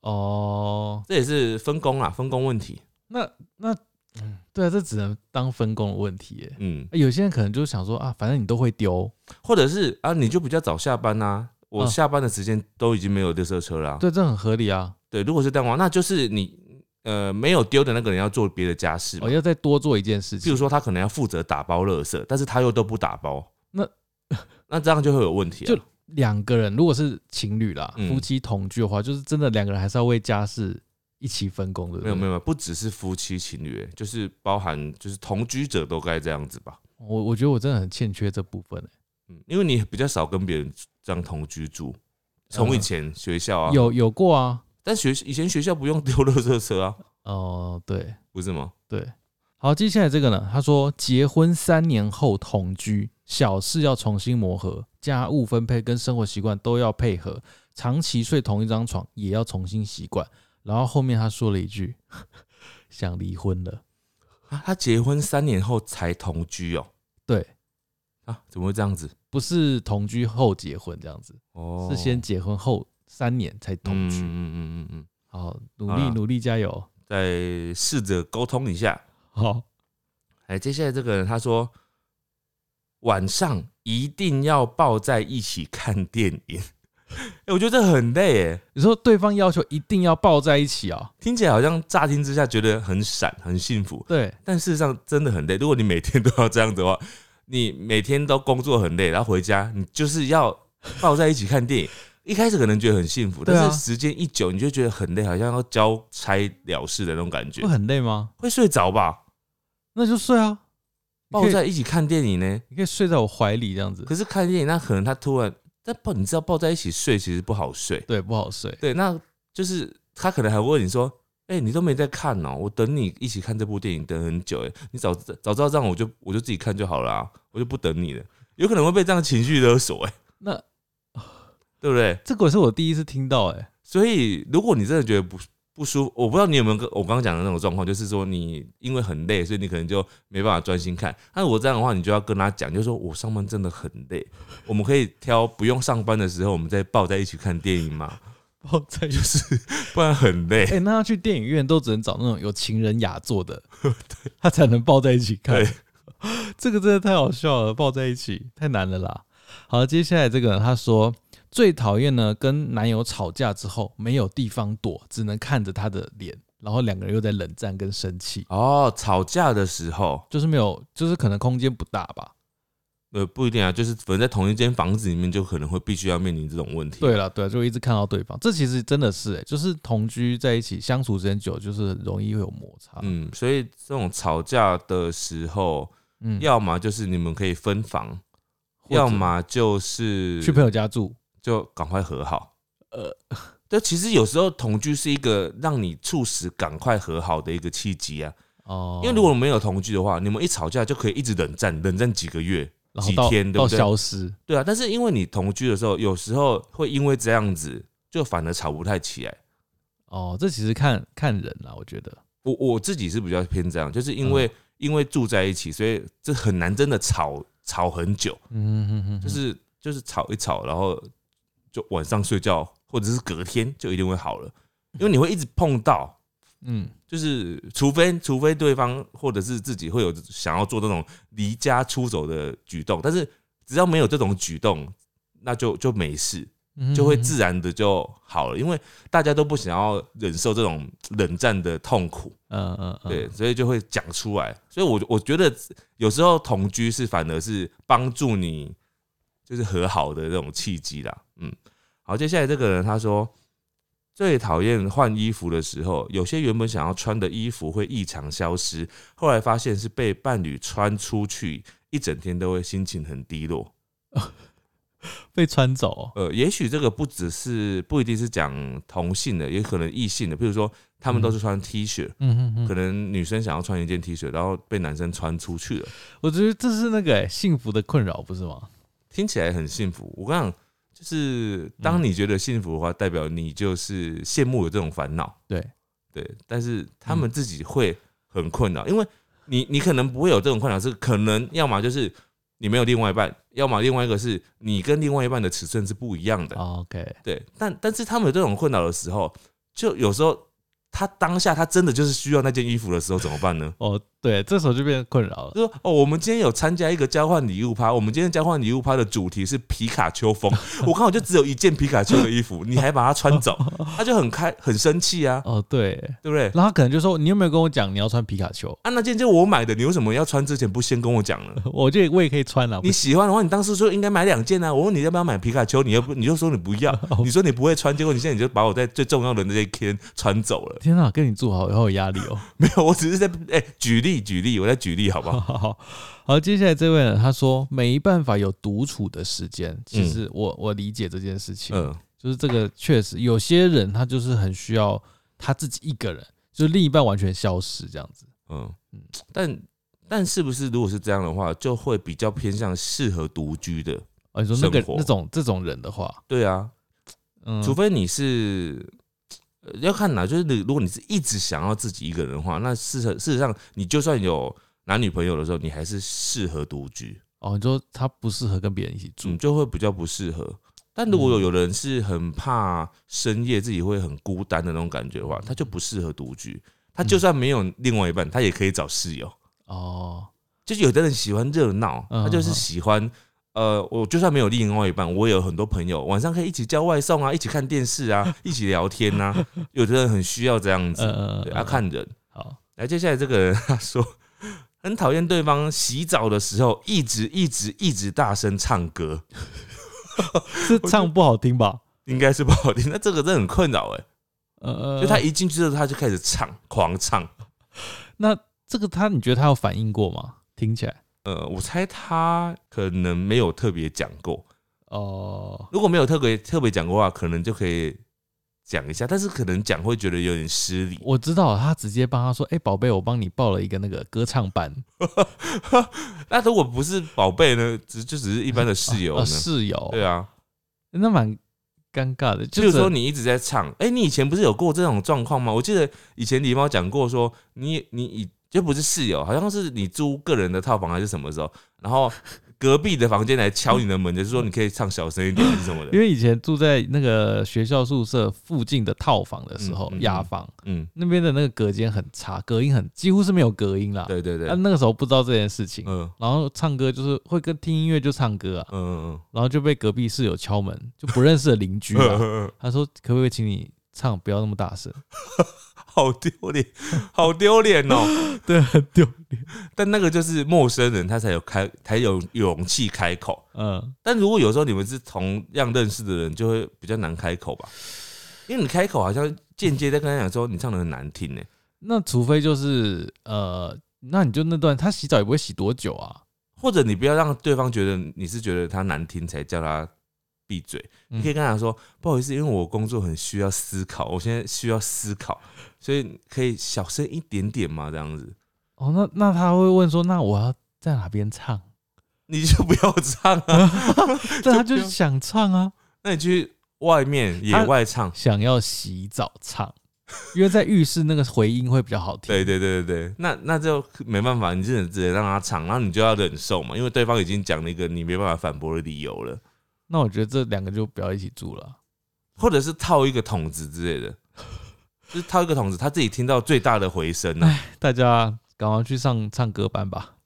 S1: 哦，
S2: 这也是分工啊，分工问题。
S1: 那那嗯，对啊，这只能当分工的问题耶。啊
S2: 嗯，
S1: 有些人可能就想说啊，反正你都会丢，
S2: 或者是啊，你就比较早下班啊，我
S1: 嗯
S2: 下班的时间都已经没有垃圾车啦、
S1: 对，这很合理啊。
S2: 对，如果是这样的话，那就是你呃没有丢的那个人要做别的家事嘛
S1: 我、哦要再多做一件事
S2: 譬
S1: 情
S2: 如，说他可能要负责打包垃圾，但是他又都不打包，
S1: 那
S2: [laughs] 那这样就会有问题、啊。
S1: 就两个人如果是情侣啦，
S2: 嗯
S1: 夫妻同居的话，就是真的两个人还是要为家事一起分工的。
S2: 没有没
S1: 有，
S2: 有，没有不只是夫妻情侣，就是包含就是同居者都该这样子吧。
S1: 我我觉得我真的很欠缺这部分欸耶、
S2: 嗯，因为你比较少跟别人这样同居住，从以前学校啊，
S1: 有有过啊，
S2: 但学以前学校不用丢垃圾车啊，
S1: 哦，对
S2: 不是吗？
S1: 对。好，接下来这个呢？他说结婚三年后同居，小事要重新磨合，家务分配跟生活习惯都要配合，长期睡同一张床也要重新习惯。然后后面他说了一句：“想离婚了。
S2: 啊，他结婚三年后才同居哦、”
S1: 对，
S2: 啊，怎么会这样子？
S1: 不是同居后结婚这样子，
S2: 哦，
S1: 是先结婚后三年才同居。
S2: 嗯嗯嗯嗯嗯，
S1: 好，努
S2: 好
S1: 力
S2: 啦
S1: 努力，加油！
S2: 再试着沟通一下。
S1: 好，
S2: 哎，接下来这个人他说，晚上一定要抱在一起看电影。 [laughs] 哎、我觉得这很累哎，
S1: 你说对方要求一定要抱在一起哦？
S2: 听起来好像乍听之下觉得很闪很幸福，
S1: 对，
S2: 但事实上真的很累。如果你每天都要这样子的话，你每天都工作很累，然后回家你就是要抱在一起看电影。 [laughs] 一开始可能觉得很幸福，
S1: 对啊
S2: 但是时间一久，你就觉得很累，好像要交差了事的那种感觉
S1: 会，很累吗？
S2: 会睡着吧？
S1: 那就睡啊，你可
S2: 抱
S1: 以
S2: 在一起看电影呢？
S1: 你可以睡在我怀里这样子。
S2: 可是看电影，那可能他突然，但抱你知道抱在一起睡其实不好睡，
S1: 对，不好睡。
S2: 对，那就是他可能还会问你说，哎、你都没在看哦、我等你一起看这部电影等很久、哎，你早知早知道这样，我就我就自己看就好了、啊，我就不等你了，有可能会被这样情绪勒索、哎，
S1: 那
S2: 对不对？
S1: 这个是我第一次听到、哎，
S2: 所以如果你真的觉得不不舒服，我不知道你有没有跟我刚刚讲的那种状况，就是说你因为很累，所以你可能就没办法专心看。那我这样的话，你就要跟他讲，就是说我上班真的很累， [laughs] 我们可以挑不用上班的时候，我们再抱在一起看电影嘛， [laughs]
S1: 抱在一
S2: 就
S1: 起。
S2: 是不然很累
S1: 哎、。那他去电影院都只能找那种有情人雅座
S2: [laughs]
S1: 的，他才能抱在一起看
S2: 对。
S1: 这个真的太好笑了，抱在一起太难了啦。好，接下来这个人他说最讨厌呢，跟男友吵架之后没有地方躲，只能看着他的脸，然后两个人又在冷战跟生气，
S2: 哦，吵架的时候，
S1: 就是没有，就是可能空间不大吧。
S2: 呃，不一定啊，就是反正在同一间房子里面，就可能会必须要面临这种问题。
S1: 对了，对啦，就一直看到对方，这其实真的是、欸，就是同居在一起相处时间久，就是很容易会有摩擦。嗯
S2: 嗯，所以这种吵架的时候，
S1: 嗯
S2: 要么就是你们可以分房，
S1: 或者
S2: 要么就是
S1: 去朋友家住，
S2: 就赶快和好。
S1: 呃，
S2: [laughs] 但其实有时候同居是一个让你促使赶快和好的一个契机啊，
S1: 哦，
S2: 因为如果没有同居的话，你们一吵架就可以一直冷战，冷战几个月，
S1: 然后
S2: 几
S1: 到
S2: 天，对
S1: 到
S2: 不对？
S1: 消失，
S2: 对啊，但是因为你同居的时候，有时候会因为这样子，就反而吵不太起来。
S1: 哦，这其实看看人啦，我觉得，
S2: 我我自己是比较偏这样，就是因
S1: 嗯
S2: 为、因为住在一起，所以这很难真的吵吵很久，
S1: 嗯哼哼，
S2: 就是就是吵一吵，然后就晚上睡觉，或者是隔天就一定会好了，因为你会一直碰到。
S1: 嗯，
S2: 就是除非除非对方或者是自己会有想要做那种离家出走的举动，但是只要没有这种举动，那就就没事。
S1: 嗯
S2: 就会自然的就好了，因为大家都不想要忍受这种冷战的痛苦，
S1: 嗯嗯嗯，
S2: 对，所以就会讲出来。所以我，我觉得有时候同居是反而是帮助你就是和好的这种契机啦。嗯，好，接下来这个人他说最讨厌换衣服的时候，有些原本想要穿的衣服会异常消失，后来发现是被伴侣穿出去，一整天都会心情很低落。
S1: 被穿走哦、
S2: 呃，也许这个不只是不一定是讲同性的，也可能异性的，譬如说他们都是穿 T 恤，
S1: 嗯嗯
S2: 可
S1: 嗯，
S2: 能女生想要穿一件 T 恤，然后被男生穿出去了，
S1: 我觉得这是那个、欸、幸福的困扰，不是吗？
S2: 听起来很幸福。我跟你讲，就是当你觉得幸福的话，代表你就是羡慕有这种烦恼，
S1: 对，
S2: 对。但是他们自己会很困扰，因为你你可能不会有这种困扰，是可能要么就是你没有另外一半，要么另外一个是你跟另外一半的尺寸是不一样的，
S1: 啊哦 OK，
S2: 对。但但是他们有这种困扰的时候，就有时候他当下他真的就是需要那件衣服的时候怎么办呢？
S1: 哦，对，这时候就变成困扰了。
S2: 就说哦，我们今天有参加一个交换礼物趴，我们今天交换礼物趴的主题是皮卡丘风。我刚好就只有一件皮卡丘的衣服，你还把它穿走，他就很开很生气
S1: [laughs]
S2: 啊，
S1: 哦，对，
S2: 对不对？
S1: 然后他可能就说：“你有没有跟我讲你要穿皮卡丘？ [laughs]
S2: 啊，那件就我买的，你为什么要穿之前不先跟我讲呢？
S1: 我这我也可以穿了、啊。
S2: 你喜欢的话，你当时说应该买两件啊。我问你要不要买皮卡丘，你又不，你就说你不要，你说你不会穿，结果你现在你就把我在最重要的那一天穿走了。
S1: 天啊，跟你住好好有压力哦。
S2: 没有，我只是在哎、举例举例，我在举例好不
S1: 好
S2: 好？
S1: 好好，好，接下来这位呢，他说没办法有独处的时间。其实我、我理解这件事情，
S2: 嗯
S1: 就是这个确实有些人他就是很需要他自己一个人，就是另一半完全消失这样子。
S2: 嗯
S1: 嗯，
S2: 但但是不是如果是这样的话，就会比较偏向适合独居的？
S1: 哦，你说那个
S2: 生活
S1: 那种这种人的话，
S2: 对啊，
S1: 嗯，
S2: 除非你是、呃要看哪，就是你如果你是一直想要自己一个人的话，那事实事实上你就算有男女朋友的时候，你还是适合独居，
S1: 哦，你说他不适合跟别人一起住，
S2: 你就会比较不适合。但如果有有人是很怕深夜自己会很孤单的那种感觉的话，他就不适合独居。他就算没有另外一半，他也可以找室友。
S1: 哦，
S2: 就是有的人喜欢热闹，
S1: 嗯
S2: 他就是喜欢。呃，我就算没有另外一半，我也有很多朋友，晚上可以一起叫外送啊，一起看电视啊，一起聊天呐、有的人很需要这样
S1: 呃
S2: 子，
S1: 呃
S2: 对，，
S1: 呃
S2: 要、看人。
S1: 好，
S2: 来，接下来这个人他说，很讨厌对方洗澡的时候一直一直一直大声唱歌，
S1: 是唱不好听吧？
S2: 应该是不好听。那这个真的很困扰哎，
S1: 呃呃，
S2: 就他一进去之后他就开始唱，狂唱。
S1: 那这个他，你觉得他有反应过吗？听起来
S2: 呃，我猜他可能没有特别讲过，
S1: 哦，
S2: 如果没有特别特别讲过话，可能就可以讲一下，但是可能讲会觉得有点失礼。
S1: 我知道，他直接帮他说：“哎、宝贝，我帮你报了一个那个歌唱班。
S2: 那如果不是宝贝呢，只就只是一般的室友
S1: [laughs] 啊
S2: 呢？
S1: 室友，
S2: 对啊，
S1: 那蛮尴尬的。
S2: 就
S1: 就是
S2: 说你一直在唱，哎、你以前不是有过这种状况吗？我记得以前狸猫讲过说，你你以就不是室友，好像是你租个人的套房还是什么时候，然后隔壁的房间来敲你的门，就是说你可以唱小声一点还是什么
S1: 因 [laughs]
S2: 的。
S1: 为以前住在那个学校宿舍附近的套房的时候
S2: 嗯嗯，嗯
S1: 雅、房
S2: 嗯，
S1: 那边的那个隔间很差，隔音很几乎是没有隔音啦。
S2: 对对对，
S1: 啊，
S2: 嗯
S1: 那个时候不知道这件事情，
S2: 嗯
S1: 然后唱歌就是会跟听音乐就唱歌啊， [laughs]
S2: 嗯
S1: 然后就被隔壁室友敲门，就不认识的邻居
S2: [laughs] 嗯
S1: 啊，
S2: 嗯，
S1: 他说：“可不可以请你唱不要那么大声？”
S2: 好丢脸，好丢脸哦。
S1: [laughs] 对，很丢脸。
S2: 但那个就是陌生人，他才有开，才有勇气开口。
S1: 嗯，
S2: 但如果有时候你们是同样认识的人，就会比较难开口吧，因为你开口好像间接在跟他讲说你唱的很难听呢、欸
S1: 那除非就是呃，那你就那段他洗澡也不会洗多久啊。
S2: 或者你不要让对方觉得你是觉得他难听才叫他闭嘴，
S1: 嗯
S2: 你可以跟他说不好意思，因为我工作很需要思考，我现在需要思考，所以可以小声一点点嘛，这样子
S1: 哦，那那他会问说，那我要在哪边 [laughs] 唱？
S2: 你就不要唱啊，
S1: 但他就
S2: 不
S1: 是
S2: 要
S1: 想唱啊，
S2: 那你去外面野外唱，
S1: 想要洗澡唱， [laughs] 因为在浴室那个回音会比较好听。
S2: [laughs] 对对对对对，那那就没办法，你只能只能让他唱，然后你就要忍受嘛，因为对方已经讲了一个你没办法反驳的理由了，
S1: 那我觉得这两个就不要一起住了。
S2: 或者是套一个筒子之类的，就是套一个筒子，他自己听到最大的回声啊呢、
S1: 大家赶快去上唱歌班吧。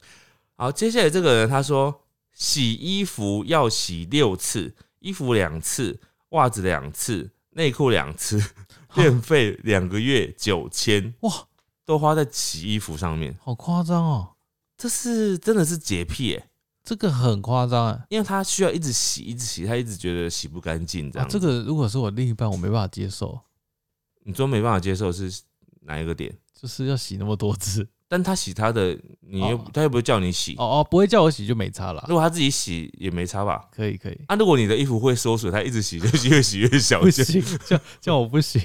S2: 好，接下来这个人他说，洗衣服要洗六次，衣服两次，袜子两次，内裤两 [laughs] 次，电费两个月九千，
S1: 哇，
S2: 都花在洗衣服上面。
S1: 好夸张哦，
S2: 这是真的是洁癖耶，
S1: 这个很夸张哎。
S2: 因为他需要一直洗，一直洗，他一直觉得洗不干净哦这
S1: 啊
S2: 样、
S1: 这个如果是我另一半，我没办法接受，
S2: 你说没办法接受是哪一个点？
S1: 就是要洗那么多次。
S2: 但他洗他的，你又、
S1: 哦
S2: 他又不会叫你洗。
S1: 哦哦，不会叫我洗就没差了
S2: 如。果他自己洗也没差吧？
S1: 可以可以，
S2: 啊，如果你的衣服会缩水，他一直洗就越洗越小
S1: 不
S2: 就
S1: 行，这样这样我不行。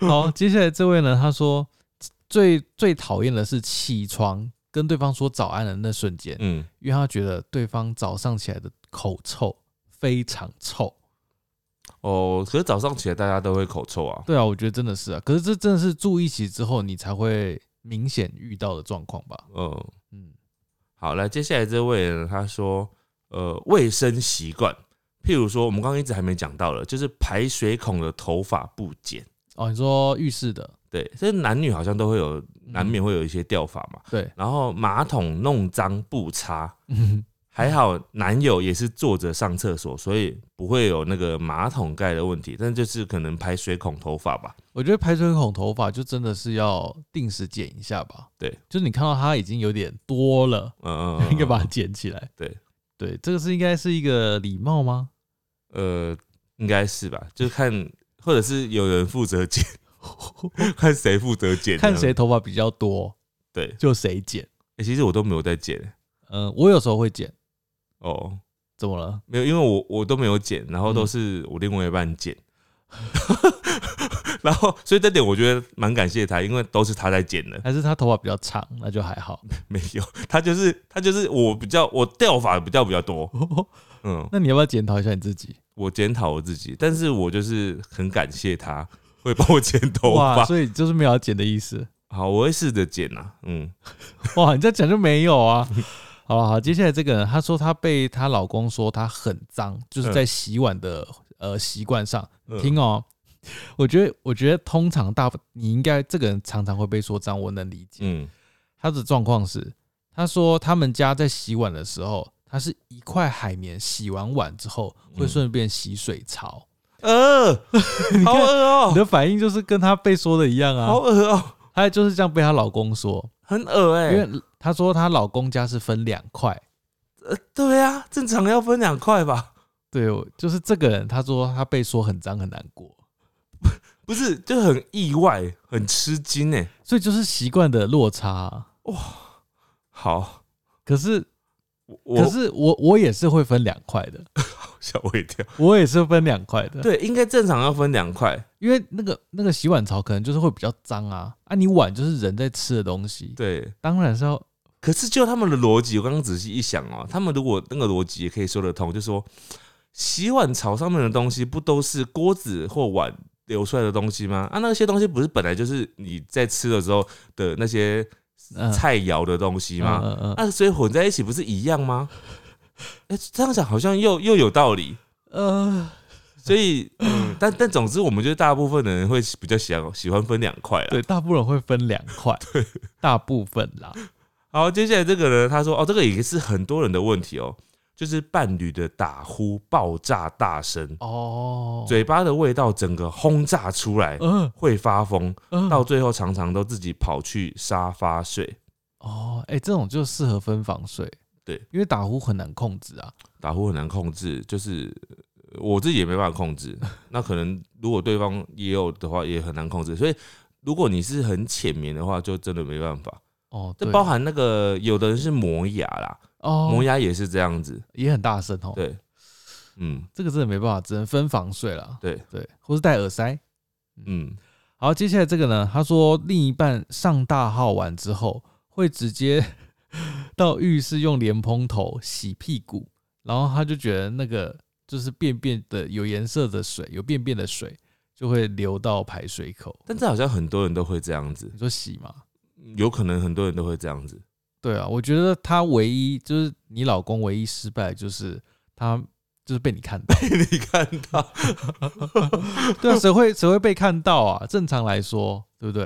S1: 好，接下来这位呢，他说最最讨厌的是起床跟对方说早安的那瞬间，
S2: 嗯，
S1: 因为他觉得对方早上起来的口臭非常臭。
S2: 哦，可是早上起来大家都会口臭啊。
S1: 对啊，我觉得真的是啊，可是这真的是住一起之后你才会明显遇到的状况吧？
S2: 嗯，
S1: 嗯，
S2: 好，来，接下来这位呢，他说，呃，卫生习惯，譬如说我们刚刚一直还没讲到了，就是排水孔的头发不剪。
S1: 哦，你说浴室的，嗯
S2: 对，这男女好像都会有，难免会有一些掉发嘛。
S1: 对，
S2: 然后马桶弄脏不擦，
S1: 嗯，
S2: 还好男友也是坐着上厕所，所以不会有那个马桶盖的问题，但就是可能排水孔头发吧。
S1: 我觉得排水孔头发就真的是要定时剪一下吧。
S2: 对，
S1: 就是你看到它已经有点多了，
S2: 嗯，
S1: [laughs]
S2: 嗯
S1: 应该把它捡起来。
S2: 对
S1: 对，这个是应该是一个礼貌吗？
S2: 呃，应该是吧，就是看，或者是有人负
S1: [laughs]
S2: 责剪，看谁负责剪，
S1: 看谁。头发比较多
S2: 对、
S1: 就谁剪。
S2: 欸其实我都没有在剪
S1: 嗯，我有时候会剪，
S2: 哦，
S1: 怎么了？
S2: 没有，因为我我都没有剪，然后都
S1: 嗯
S2: 是我另外一半
S1: [laughs]
S2: 剪。 [laughs] 然后，所以这点我觉得蛮感谢他，因为都是他在剪的，
S1: 还是他头发比较长，那就还好。
S2: [laughs] 没有他就是他就是我比较我掉发比较比
S1: [laughs]
S2: 较多，嗯，
S1: 那你要不要检讨一下你自己？
S2: 我检讨我自己，但是我就是很感谢他会帮我剪 [laughs] 头
S1: 哇，
S2: 发。
S1: 所以就是没有要剪的意思。
S2: 好，我会试着剪啊，嗯，
S1: 哇，你这样讲就没有
S2: [laughs]
S1: 啊。好了，好，接下来这个人，她说她被她老公说她很脏，就是在洗碗的、呃习惯上。
S2: 嗯
S1: 听哦，我觉得，我觉得通常大部你应该这个人常常会被说脏，我能理解。
S2: 嗯，
S1: 他的状况是，他说他们家在洗碗的时候，他是一块海绵洗完碗之后会
S2: 嗯
S1: 顺便洗水槽。
S2: 呃，好
S1: [laughs]
S2: 恶
S1: 你
S2: 哦、
S1: 的反应就是跟他被说的一样
S2: 好
S1: 啊，
S2: 恶哦、
S1: 她就是这样被她老公说，
S2: 很恶哎、
S1: 因为她说她老公家是分两块。
S2: 呃，对啊，正常要分两块吧？
S1: 对，我就是这个人，他说他被说很脏很难过，
S2: 不是，就很意外，很吃惊哎、
S1: 所以就是习惯的落差啊。
S2: 好，
S1: 可是，
S2: 我
S1: 可
S2: 我
S1: 是我我也是会分两块
S2: [laughs]
S1: 的，
S2: 吓我一跳。
S1: 我也是分两块的。，
S2: 对，应该正常要分两块。
S1: 因为那个那个洗碗槽可能就是会比较脏啊，啊，你碗就是人在吃的东西，
S2: 对，
S1: 当然是要
S2: 可是就他们的逻辑，我刚刚仔细一想哦、他们如果那个逻辑也可以说得通，就说洗碗槽上面的东西不都是锅子或碗流出来的东西吗？啊，那些东西不是本来就是你在吃的时候的那些
S1: 嗯
S2: 菜肴的东西吗？
S1: 嗯嗯嗯，
S2: 啊，所以混在一起不是一样吗？哎、这样想好像又又有道理。
S1: 呃，
S2: [laughs] 所以，嗯，但但总之，我们觉得大部分的人会比较喜欢喜欢分两块啦。
S1: 对，大部分人会分两块，大部分啦，
S2: 好，接下来这个呢，他说哦，这个也是很多人的问题哦，就是伴侣的打呼爆炸大声，
S1: 哦，
S2: 嘴巴的味道整个轰炸出来，
S1: 嗯，
S2: 会发疯，
S1: 嗯
S2: 到最后常常都自己跑去沙发睡。
S1: 哦，哎、这种就适合分房睡，
S2: 对，
S1: 因为打呼很难控制啊，
S2: 打呼很难控制，就是呃我自己也没办法
S1: [laughs]
S2: 控制。那可能如果对方也有的话，也很难控制。所以如果你是很浅眠的话，就真的没办法。
S1: 哦，
S2: 这
S1: 对
S2: 包含那个有的人是磨牙啦，
S1: 哦
S2: 磨牙也是这样子。
S1: 也很大声哦。
S2: 对，嗯
S1: 这个真的没办法，只能分房睡了。
S2: 对
S1: 对，或是戴耳塞。
S2: 嗯，
S1: 好，接下来这个呢？他说另一半上大号完之后，会直接 [laughs] 到浴室用莲蓬头洗屁股，然后他就觉得那个就是便便的有颜色的水，有便便的水就会流到排水口。
S2: 但这好像很多人都会这样子
S1: 你，说洗吗？
S2: 有可能很多人都会这样子。 [laughs]
S1: 对啊，我觉得他唯一就是你老公唯一失败的就是他就是被你看到。
S2: 你看到 [laughs]
S1: 对啊，谁会谁会被看到啊？正常来说，对不对？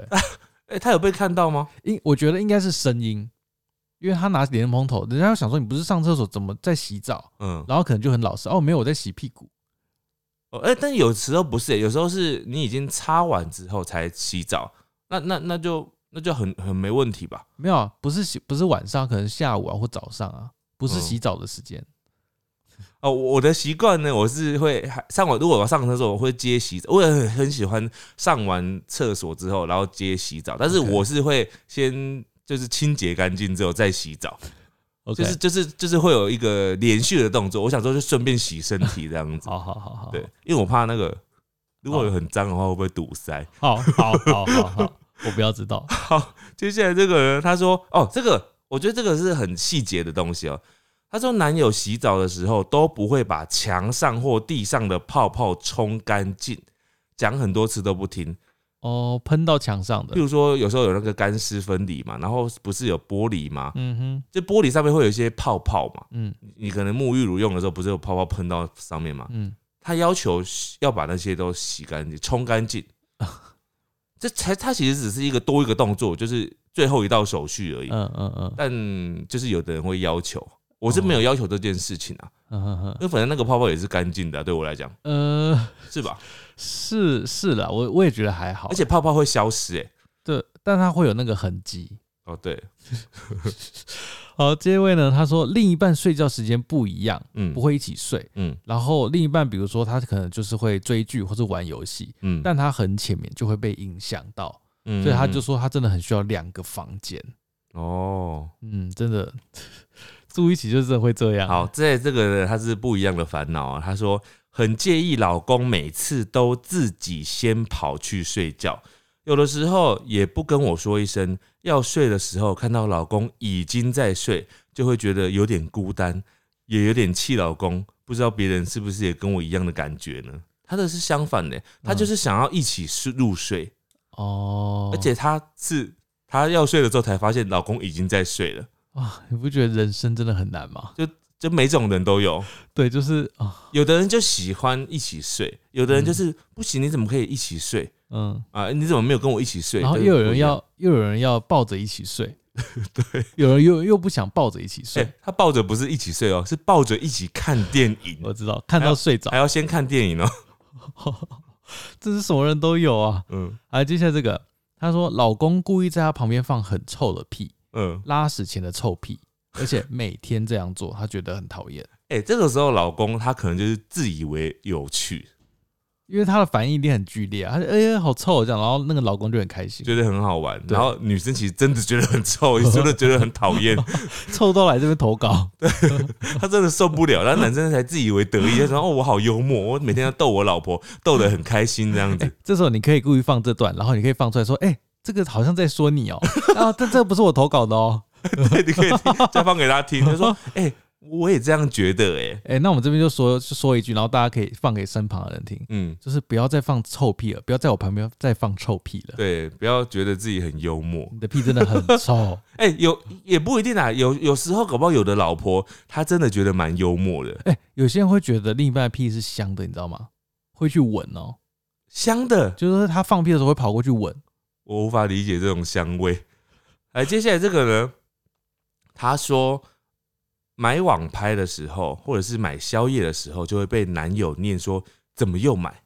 S2: 哎、他有被看到吗？
S1: 应我觉得应该是声音，因为他拿莲蓬头，人家会想说你不是上厕所，怎么在洗澡？
S2: 嗯，
S1: 然后可能就很老实哦，没有我在洗屁股，
S2: 哦，哎、但有时候不是、有时候是你已经擦完之后才洗澡，那那那就那就很很没问题吧？
S1: 没有啊，不是洗，不是晚上，可能下午啊或早上啊，不是
S2: 嗯
S1: 洗澡的时间。
S2: 哦，我的习惯呢，我是会还上完，如果我上厕所，我会接洗澡，我也很很喜欢上完厕所之后，然后接洗澡，但是
S1: OK
S2: 我是会先就是清洁干净之后再洗澡。
S1: OK，
S2: 就是就是就是会有一个连续的动作。我想说，就顺便洗身体这样子。
S1: 好好好好，
S2: 对，因为我怕那个如果有很脏的话，会不会堵塞？
S1: 好好好好好， [laughs] 我不要知道。
S2: 好，接下来这个人他说，哦，这个我觉得这个是很细节的东西哦。他说，男友洗澡的时候都不会把墙上或地上的泡泡冲干净，讲很多次都不听。
S1: 哦，喷到墙上的
S2: 譬，如说，有时候有那个干湿分离嘛，然后不是有玻璃吗？
S1: 嗯哼，
S2: 就玻璃上面会有一些泡泡嘛，
S1: 嗯
S2: 你可能沐浴乳用的时候，不是有泡泡喷到上面吗？
S1: 嗯，
S2: 他要求洗要把那些都洗干净、冲干净。这才他其实只是一个多一个动作，就是最后一道手续而已。
S1: 嗯嗯嗯
S2: 但就是有的人会要求，我
S1: 哦
S2: 是没有要求这件事情啊，
S1: 嗯嗯嗯
S2: 因为反正那个泡泡也是干净的啊、对我来讲
S1: 嗯，呃，
S2: 是吧？
S1: 是是啦，我我也觉得还好，
S2: 而且泡泡会消失、欸，
S1: 对，但它会有那个痕迹。
S2: 哦对，
S1: 好，这一位呢，他说另一半睡觉时间不一样，
S2: 嗯，
S1: 不，会一起睡。
S2: 嗯
S1: 然后另一半，比如说他可能就是会追剧或是玩游戏，
S2: 嗯，
S1: 但他很浅眠就会被影响到，
S2: 嗯
S1: 所以他就说他真的很需要两个房间。
S2: 哦，
S1: 嗯，真的 [laughs] 住一起就真的会这样。
S2: 好，，在这个呢他是不一样的烦恼啊。他说很介意老公每次都自己先跑去睡觉，有的时候也不跟我说一声。要睡的时候看到老公已经在睡，就会觉得有点孤单，也有点气老公。不知道别人是不是也跟我一样的感觉呢？他的是相反的，他就是想要一起睡入睡，
S1: 哦，
S2: 而且他是他要睡了之后才发现老公已经在睡了，
S1: 哇，你不觉得人生真的很难
S2: [laughs]
S1: 吗？
S2: 就每种人都有。
S1: 对，就是啊，
S2: 有的人就喜欢一起睡，有的人就是、不行，你怎么可以一起睡
S1: 嗯，
S2: 啊？你怎么没有跟我一起睡？
S1: 然后
S2: 就是
S1: 又有
S2: 不
S1: 人
S2: 一样，哎
S1: 要，又有人要抱着一起
S2: [laughs]
S1: 睡，对，有人又又不想抱着一起
S2: 哎、
S1: 睡。
S2: 他抱着不是一起睡哦，是抱着一起看电影，
S1: 我知道，看
S2: 还
S1: 到
S2: 有
S1: 睡着 [laughs]
S2: 还，要先看电影哦。
S1: 这是什么人都有啊。
S2: 嗯
S1: 啊，接下来这个，她说老公故意在她旁边放很臭的屁，
S2: [laughs] 嗯，
S1: 拉屎前的臭屁，而且每天这样做，她觉得很讨厌，
S2: 哎、这个时候老公他可能就是自以为有趣，
S1: 因为她的反应一定很剧烈啊，她就哎呀好臭哦这样，然后那个老公就很开心，
S2: 觉得很好玩，
S1: 对
S2: 然后女生其实真的觉得很臭，真的觉得很讨
S1: [laughs]
S2: 厌，
S1: 臭到来这边投稿，
S2: 她真的受不了，然后男生才自以为得意，他说：“哦，我好幽默，我每天要逗我老婆，逗得很开心这样子。”
S1: 这时候你可以故意放这段，然后你可以放出来说，哎、这个好像在说你哦、啊，但这个不是我投稿的哦、
S2: 对，你可以听再放给他
S1: [laughs]
S2: 听，他说：“哎、我也这样觉得、哎，
S1: 哎、那我们这边就说就说一句，然后大家可以放给身旁的人听，
S2: 嗯，
S1: 就是不要再放臭屁了，不要在我旁边再放臭屁了，
S2: 对，不要觉得自己很幽默。
S1: 你的屁真的很臭。
S2: 哎、有也不一定啊，有有时候搞不好有的老婆她真的觉得蛮幽默的，
S1: 哎、有些人会觉得另一半的屁是香的，你知道吗？会去闻哦，
S2: 香的，
S1: 就是他放屁的时候会跑过去闻。
S2: 我无法理解这种香味。 [laughs] 哎，接下来这个呢，他说买网拍的时候，或者是买宵夜的时候，就会被男友念说怎么又买。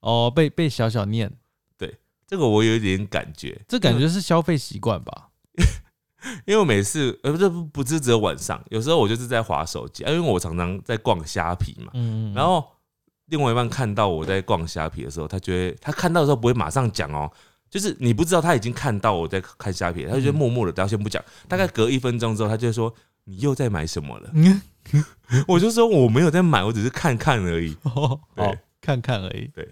S1: 哦，被被小小念，
S2: 这个我有一点感觉，
S1: 这感觉是消费习惯吧？
S2: 因为我每次呃，不是不不是只有晚上，有时候我就是在划手机，啊因为我常常在逛虾皮嘛。
S1: 嗯，
S2: 然后另外一半看到我在逛虾皮的时候，他觉得他看到的时候不会马上讲哦，就是你不知道他已经看到我在看虾皮，他
S1: 嗯
S2: 就觉得默默的，他先不讲。大概隔一分钟之后，他就会说你又在买什么了？ [laughs]
S1: 嗯，
S2: 我就说我没有在买，我只是看看而已。
S1: 哦，
S2: 对
S1: 好看看而已。
S2: 对，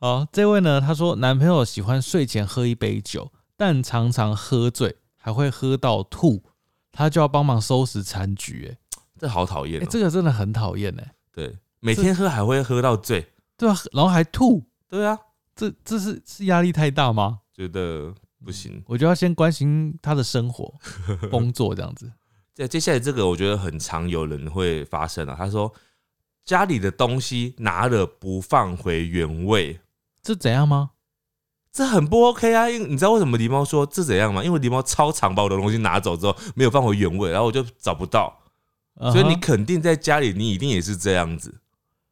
S1: 好，这位呢，她说男朋友喜欢睡前喝一杯酒，但常常喝醉，还会喝到吐，她就要帮忙收拾残局、欸。
S2: 这好讨厌
S1: 哎、
S2: 哦。
S1: 这个真的很讨厌哎，
S2: 对，每天喝还会喝到醉。
S1: 对啊，然后还吐，
S2: 对啊，
S1: 这这是是压力太大吗？
S2: 觉得不行。
S1: 我就要先关心他的生
S2: [laughs]
S1: 活、工作这样子。
S2: 接接下来这个我觉得很常有人会发生啊。他说家里的东西拿了不放回原位，
S1: 这怎样吗？
S2: 这很不 OK 啊！因为你知道为什么狸猫说这怎样吗？因为狸猫超常把我的东西拿走之后没有放回原位，然后我就找不到，所以
S1: 嗯
S2: 你
S1: 哼
S2: 肯定在家里你一定也是这样子。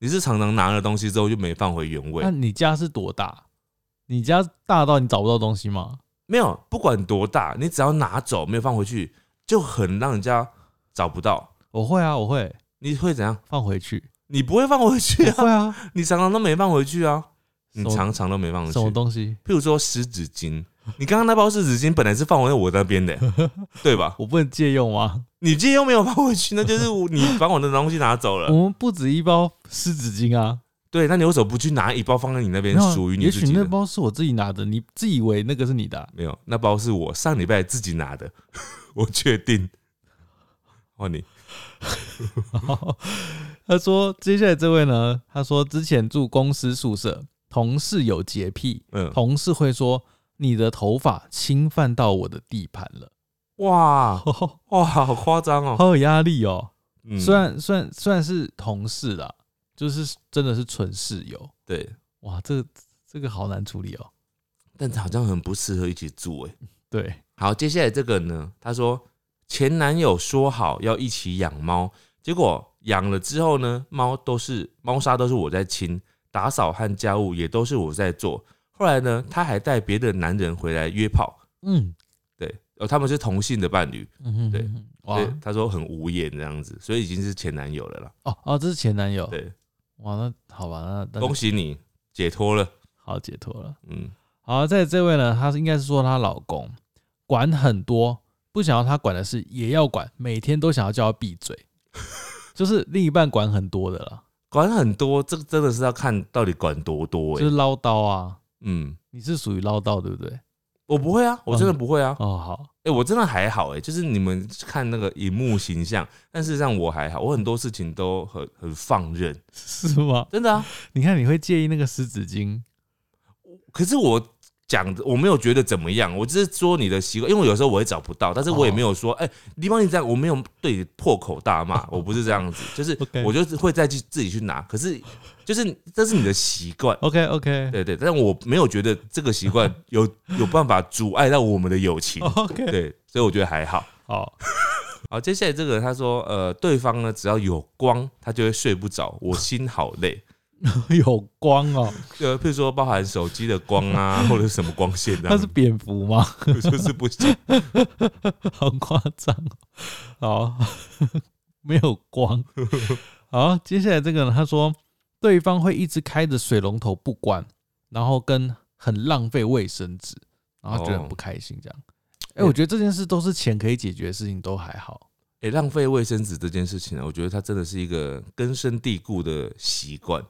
S2: 你是常常拿了东西之后就没放回原位
S1: 那，你家是多大？你家大到你找不到东西吗？
S2: 没有，不管多大，你只要拿走没有放回去，就很让人家找不到。
S1: 我会啊，我会
S2: 你会怎样？
S1: 放回去。
S2: 你不会放回去
S1: [laughs] 我
S2: 啊？
S1: 会啊，
S2: 你常常都没放回去啊？你
S1: 什么
S2: 常常都没放回去
S1: 什。么东西？
S2: 譬如说湿纸巾，你刚刚那包湿纸巾本来是放回我那
S1: [laughs]
S2: 边的、对吧？
S1: 我不能借用吗？
S2: 你今天又没有放回去，那就
S1: [laughs]
S2: 是我你把我的东西拿走
S1: 我
S2: 了。
S1: 们不止一包湿纸巾啊，
S2: 对，那你为什么不去拿一包放在你那边
S1: 没有啊
S2: 属于你
S1: 也
S2: 自
S1: 许
S2: 己
S1: 那
S2: 的？
S1: 包是我自己拿的，你自以为那个是你的啊、 [laughs]
S2: 没有，那包是我上礼拜自己拿的， [laughs] 我确定。换你，
S1: 好他说，接下来这位呢，他说之前住公司宿舍，同事有洁癖，
S2: 嗯，
S1: 同事会说你的头发侵犯到我的地盘了， [laughs]
S2: 哇
S1: 好
S2: 哇，好夸张哦。
S1: 有压力哦。
S2: 嗯
S1: 虽然虽然虽然是同事啦，就是真的是纯室友，
S2: 对，
S1: 哇，这个这个好难处理哦。
S2: 但好像很不适合一起住哎。
S1: 对，
S2: 好，接下来这个呢，他说前男友说好要一起养猫，结果养了之后呢，猫都是猫砂都是我在清，打扫和家务也都是我在做。后来呢，他还带别的男人回来约炮，
S1: 嗯
S2: 对，哦，他们是同性的伴侣，
S1: 嗯，
S2: 对
S1: 嗯，嗯哇
S2: 所以他说很无言这样子，所以已经是前男友了啦。
S1: 哦哦，这是前男友，
S2: 对，
S1: 哇，那好吧，那那
S2: 恭喜你解脱了，
S1: 好解脱了。
S2: 嗯，
S1: 好，在这位呢，她是应该是说她老公管很多，不想要她管的事也要管，每天都想要叫她闭嘴，就是另一半管很多的啦，
S2: 管很多，这个真的是要看到底管多多哎、
S1: 就是唠叨啊。
S2: 嗯，
S1: 你是属于唠叨对不对？
S2: 我不会啊，我真的不会啊，
S1: 哦，好，
S2: 哎、我真的还好哎、就是你们看那个荧幕形象，但事实上我还好，我很多事情都很很放任，
S1: 是吗？
S2: 真的啊。
S1: 你看你会介意那个湿纸巾，
S2: [laughs] 可是我讲的我没有觉得怎么样，我只是说你的习惯，因为我有时候我会找不到，但是我也没有说哎，你帮你这样，我没有对你破口大骂，我不是这样子，就是 [laughs]
S1: OK
S2: 我就是会再去自己去拿，可是就是这是你的习 [laughs] 惯。
S1: OK OK
S2: 对对，但我没有觉得这个习惯有有办法阻碍到我们的友情，
S1: OK，
S2: 对，所以我觉得还好。
S1: 好，
S2: 好，接下来这个他说，呃，对方呢只要有光，他就会睡不着，我心好累。
S1: [laughs] 有光哦，
S2: 呃，譬如说包含手机的光啊，或者什么光线啊，
S1: 它是蝙蝠吗？ [laughs]
S2: 就是不行。
S1: 好夸张哦！好， [laughs] 没有
S2: [laughs]
S1: 光。好，接下来这个呢，他说对方会一直开着水龙头不关，然后跟很浪费卫生纸，然后觉得很不开心这样。哎、
S2: 嗯
S1: 我觉得这件事都是钱可以解决的事情，都还好。
S2: 哎、浪费卫生纸这件事情呢，我觉得它真的是一个根深蒂固的习惯，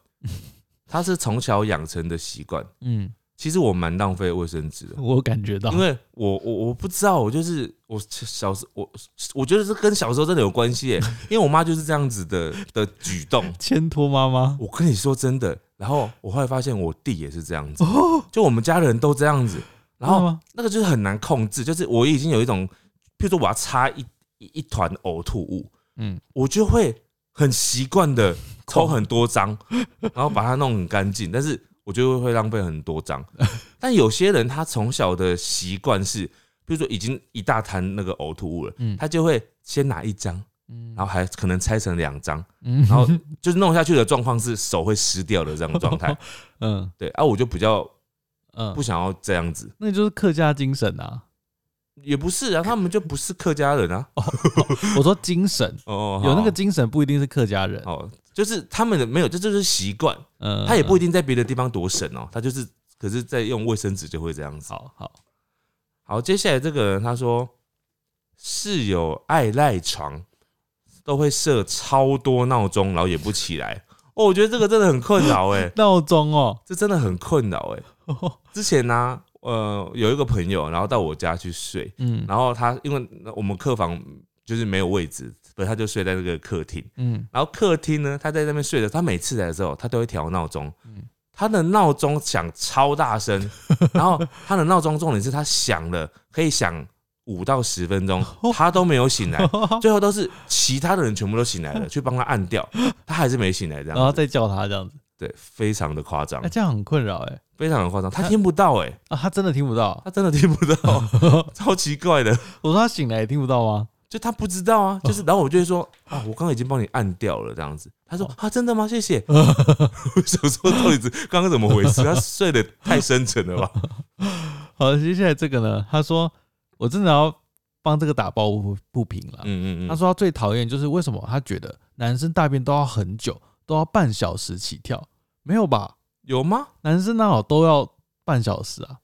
S2: 它是从小养成的习惯。
S1: 嗯，
S2: 其实我蛮浪费卫生纸的，
S1: 我感觉到
S2: 因，为我我我不知道，我就是我小时我我觉得这跟小时候真的有关系耶，因为我妈就是这样子的的举动。
S1: 牵拖妈妈
S2: 我跟你说真的，然后我后来发现我弟也是这样子，就我们家人都这样子，
S1: 哦真
S2: 然
S1: 的
S2: 后
S1: 吗
S2: 那个就是很难控制，就是我已经有一种，譬如说我要擦一一一团呕吐物，
S1: 嗯，
S2: 我就会很习惯的抽很
S1: [laughs]
S2: 多张，然后把它弄很干净，但是我就会浪费很
S1: [laughs]
S2: 多张。但有些人他从小的习惯是，譬如说已经一大滩那个呕吐物了，
S1: 嗯
S2: 他就会先拿一张，
S1: 嗯
S2: 然后还可能拆成两张。
S1: 嗯
S2: 然后就是弄下去的状况是手会湿掉的这样的
S1: [laughs]
S2: 状态。
S1: 嗯
S2: 对啊，我就比较
S1: 嗯
S2: 不，想要这样子，
S1: 那就是客家精神啊！
S2: 也不是啊，他们就不是客家人啊。
S1: 我说精神，
S2: 哦，
S1: 有那个
S2: 好
S1: 精神不一定是客家人，
S2: 哦，就是他们的没有，这就是习惯，
S1: 嗯，
S2: 他也不一定在别的地方多省哦，他就是可是在用卫生纸就会这样子。
S1: 好好
S2: 好，接下来这个人他说室友爱赖床，都会设超多闹钟，然后也不起来。哦，我觉得这个真的很困扰哎、
S1: 闹钟哦。 [laughs]
S2: 这真的很困扰哎、之前呢、呃，有一个朋友，然后到我家去睡，
S1: 嗯
S2: 然后他因为我们客房就是没有位置，所以他就睡在那个客厅。
S1: 嗯，
S2: 然后客厅呢，他在那边睡的时候，他每次来的时候，他都会调闹钟
S1: 嗯，
S2: 他的闹钟响超大声，然后他的闹钟重点是他响了，可以响五到十分钟，他都没有醒来，最后都是其他的人全部都醒来了，去帮他按掉，他还是没醒来，这
S1: 然后
S2: 样子
S1: 再叫他这样子，
S2: 对，非常的夸张
S1: 那、，这样很困扰哎、
S2: 非常的夸张，他听不到哎、
S1: 啊，他真的听不到。
S2: 他真的听不到，超奇怪的。 [laughs]
S1: 我说他醒来也听不到吗？
S2: 就他不知道啊，就是然后我就会说啊，我刚刚已经帮你按掉了这样子。他说啊，真的吗？谢 [laughs] 谢。我想说到底是刚刚怎么回事？他睡得太深沉了吧？
S1: 好，接下来这个呢，他说我真的要帮这个打抱不不平了。
S2: [laughs] 嗯嗯嗯，
S1: 他说他最讨厌就是为什么他觉得男生大便都要很久，都要半小时起跳，没有吧？
S2: 有吗？
S1: 男生那好都要半小时啊？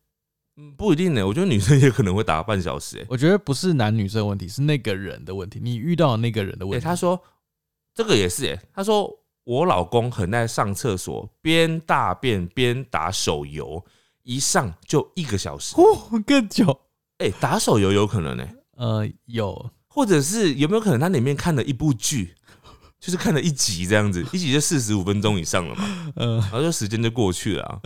S2: 嗯不一定呢、我觉得女生也可能会打半小时、欸。
S1: 我觉得不是男女生的问题，是那个人的问题，你遇到的那个人的
S2: 哎、
S1: 问题。
S2: 他说这个也是、欸，他说我老公很爱上厕所，边大便边打手游，一上就一个小时。
S1: 哦更久，
S2: 哎、打手游有可能呢、欸
S1: 呃，有
S2: 或者是有没有可能他里面看了一部剧， [laughs] 就是看了一集这样子，一集就四十五分钟以上
S1: [laughs]
S2: 了嘛，
S1: 呃，
S2: 然后就时间就过去了、啊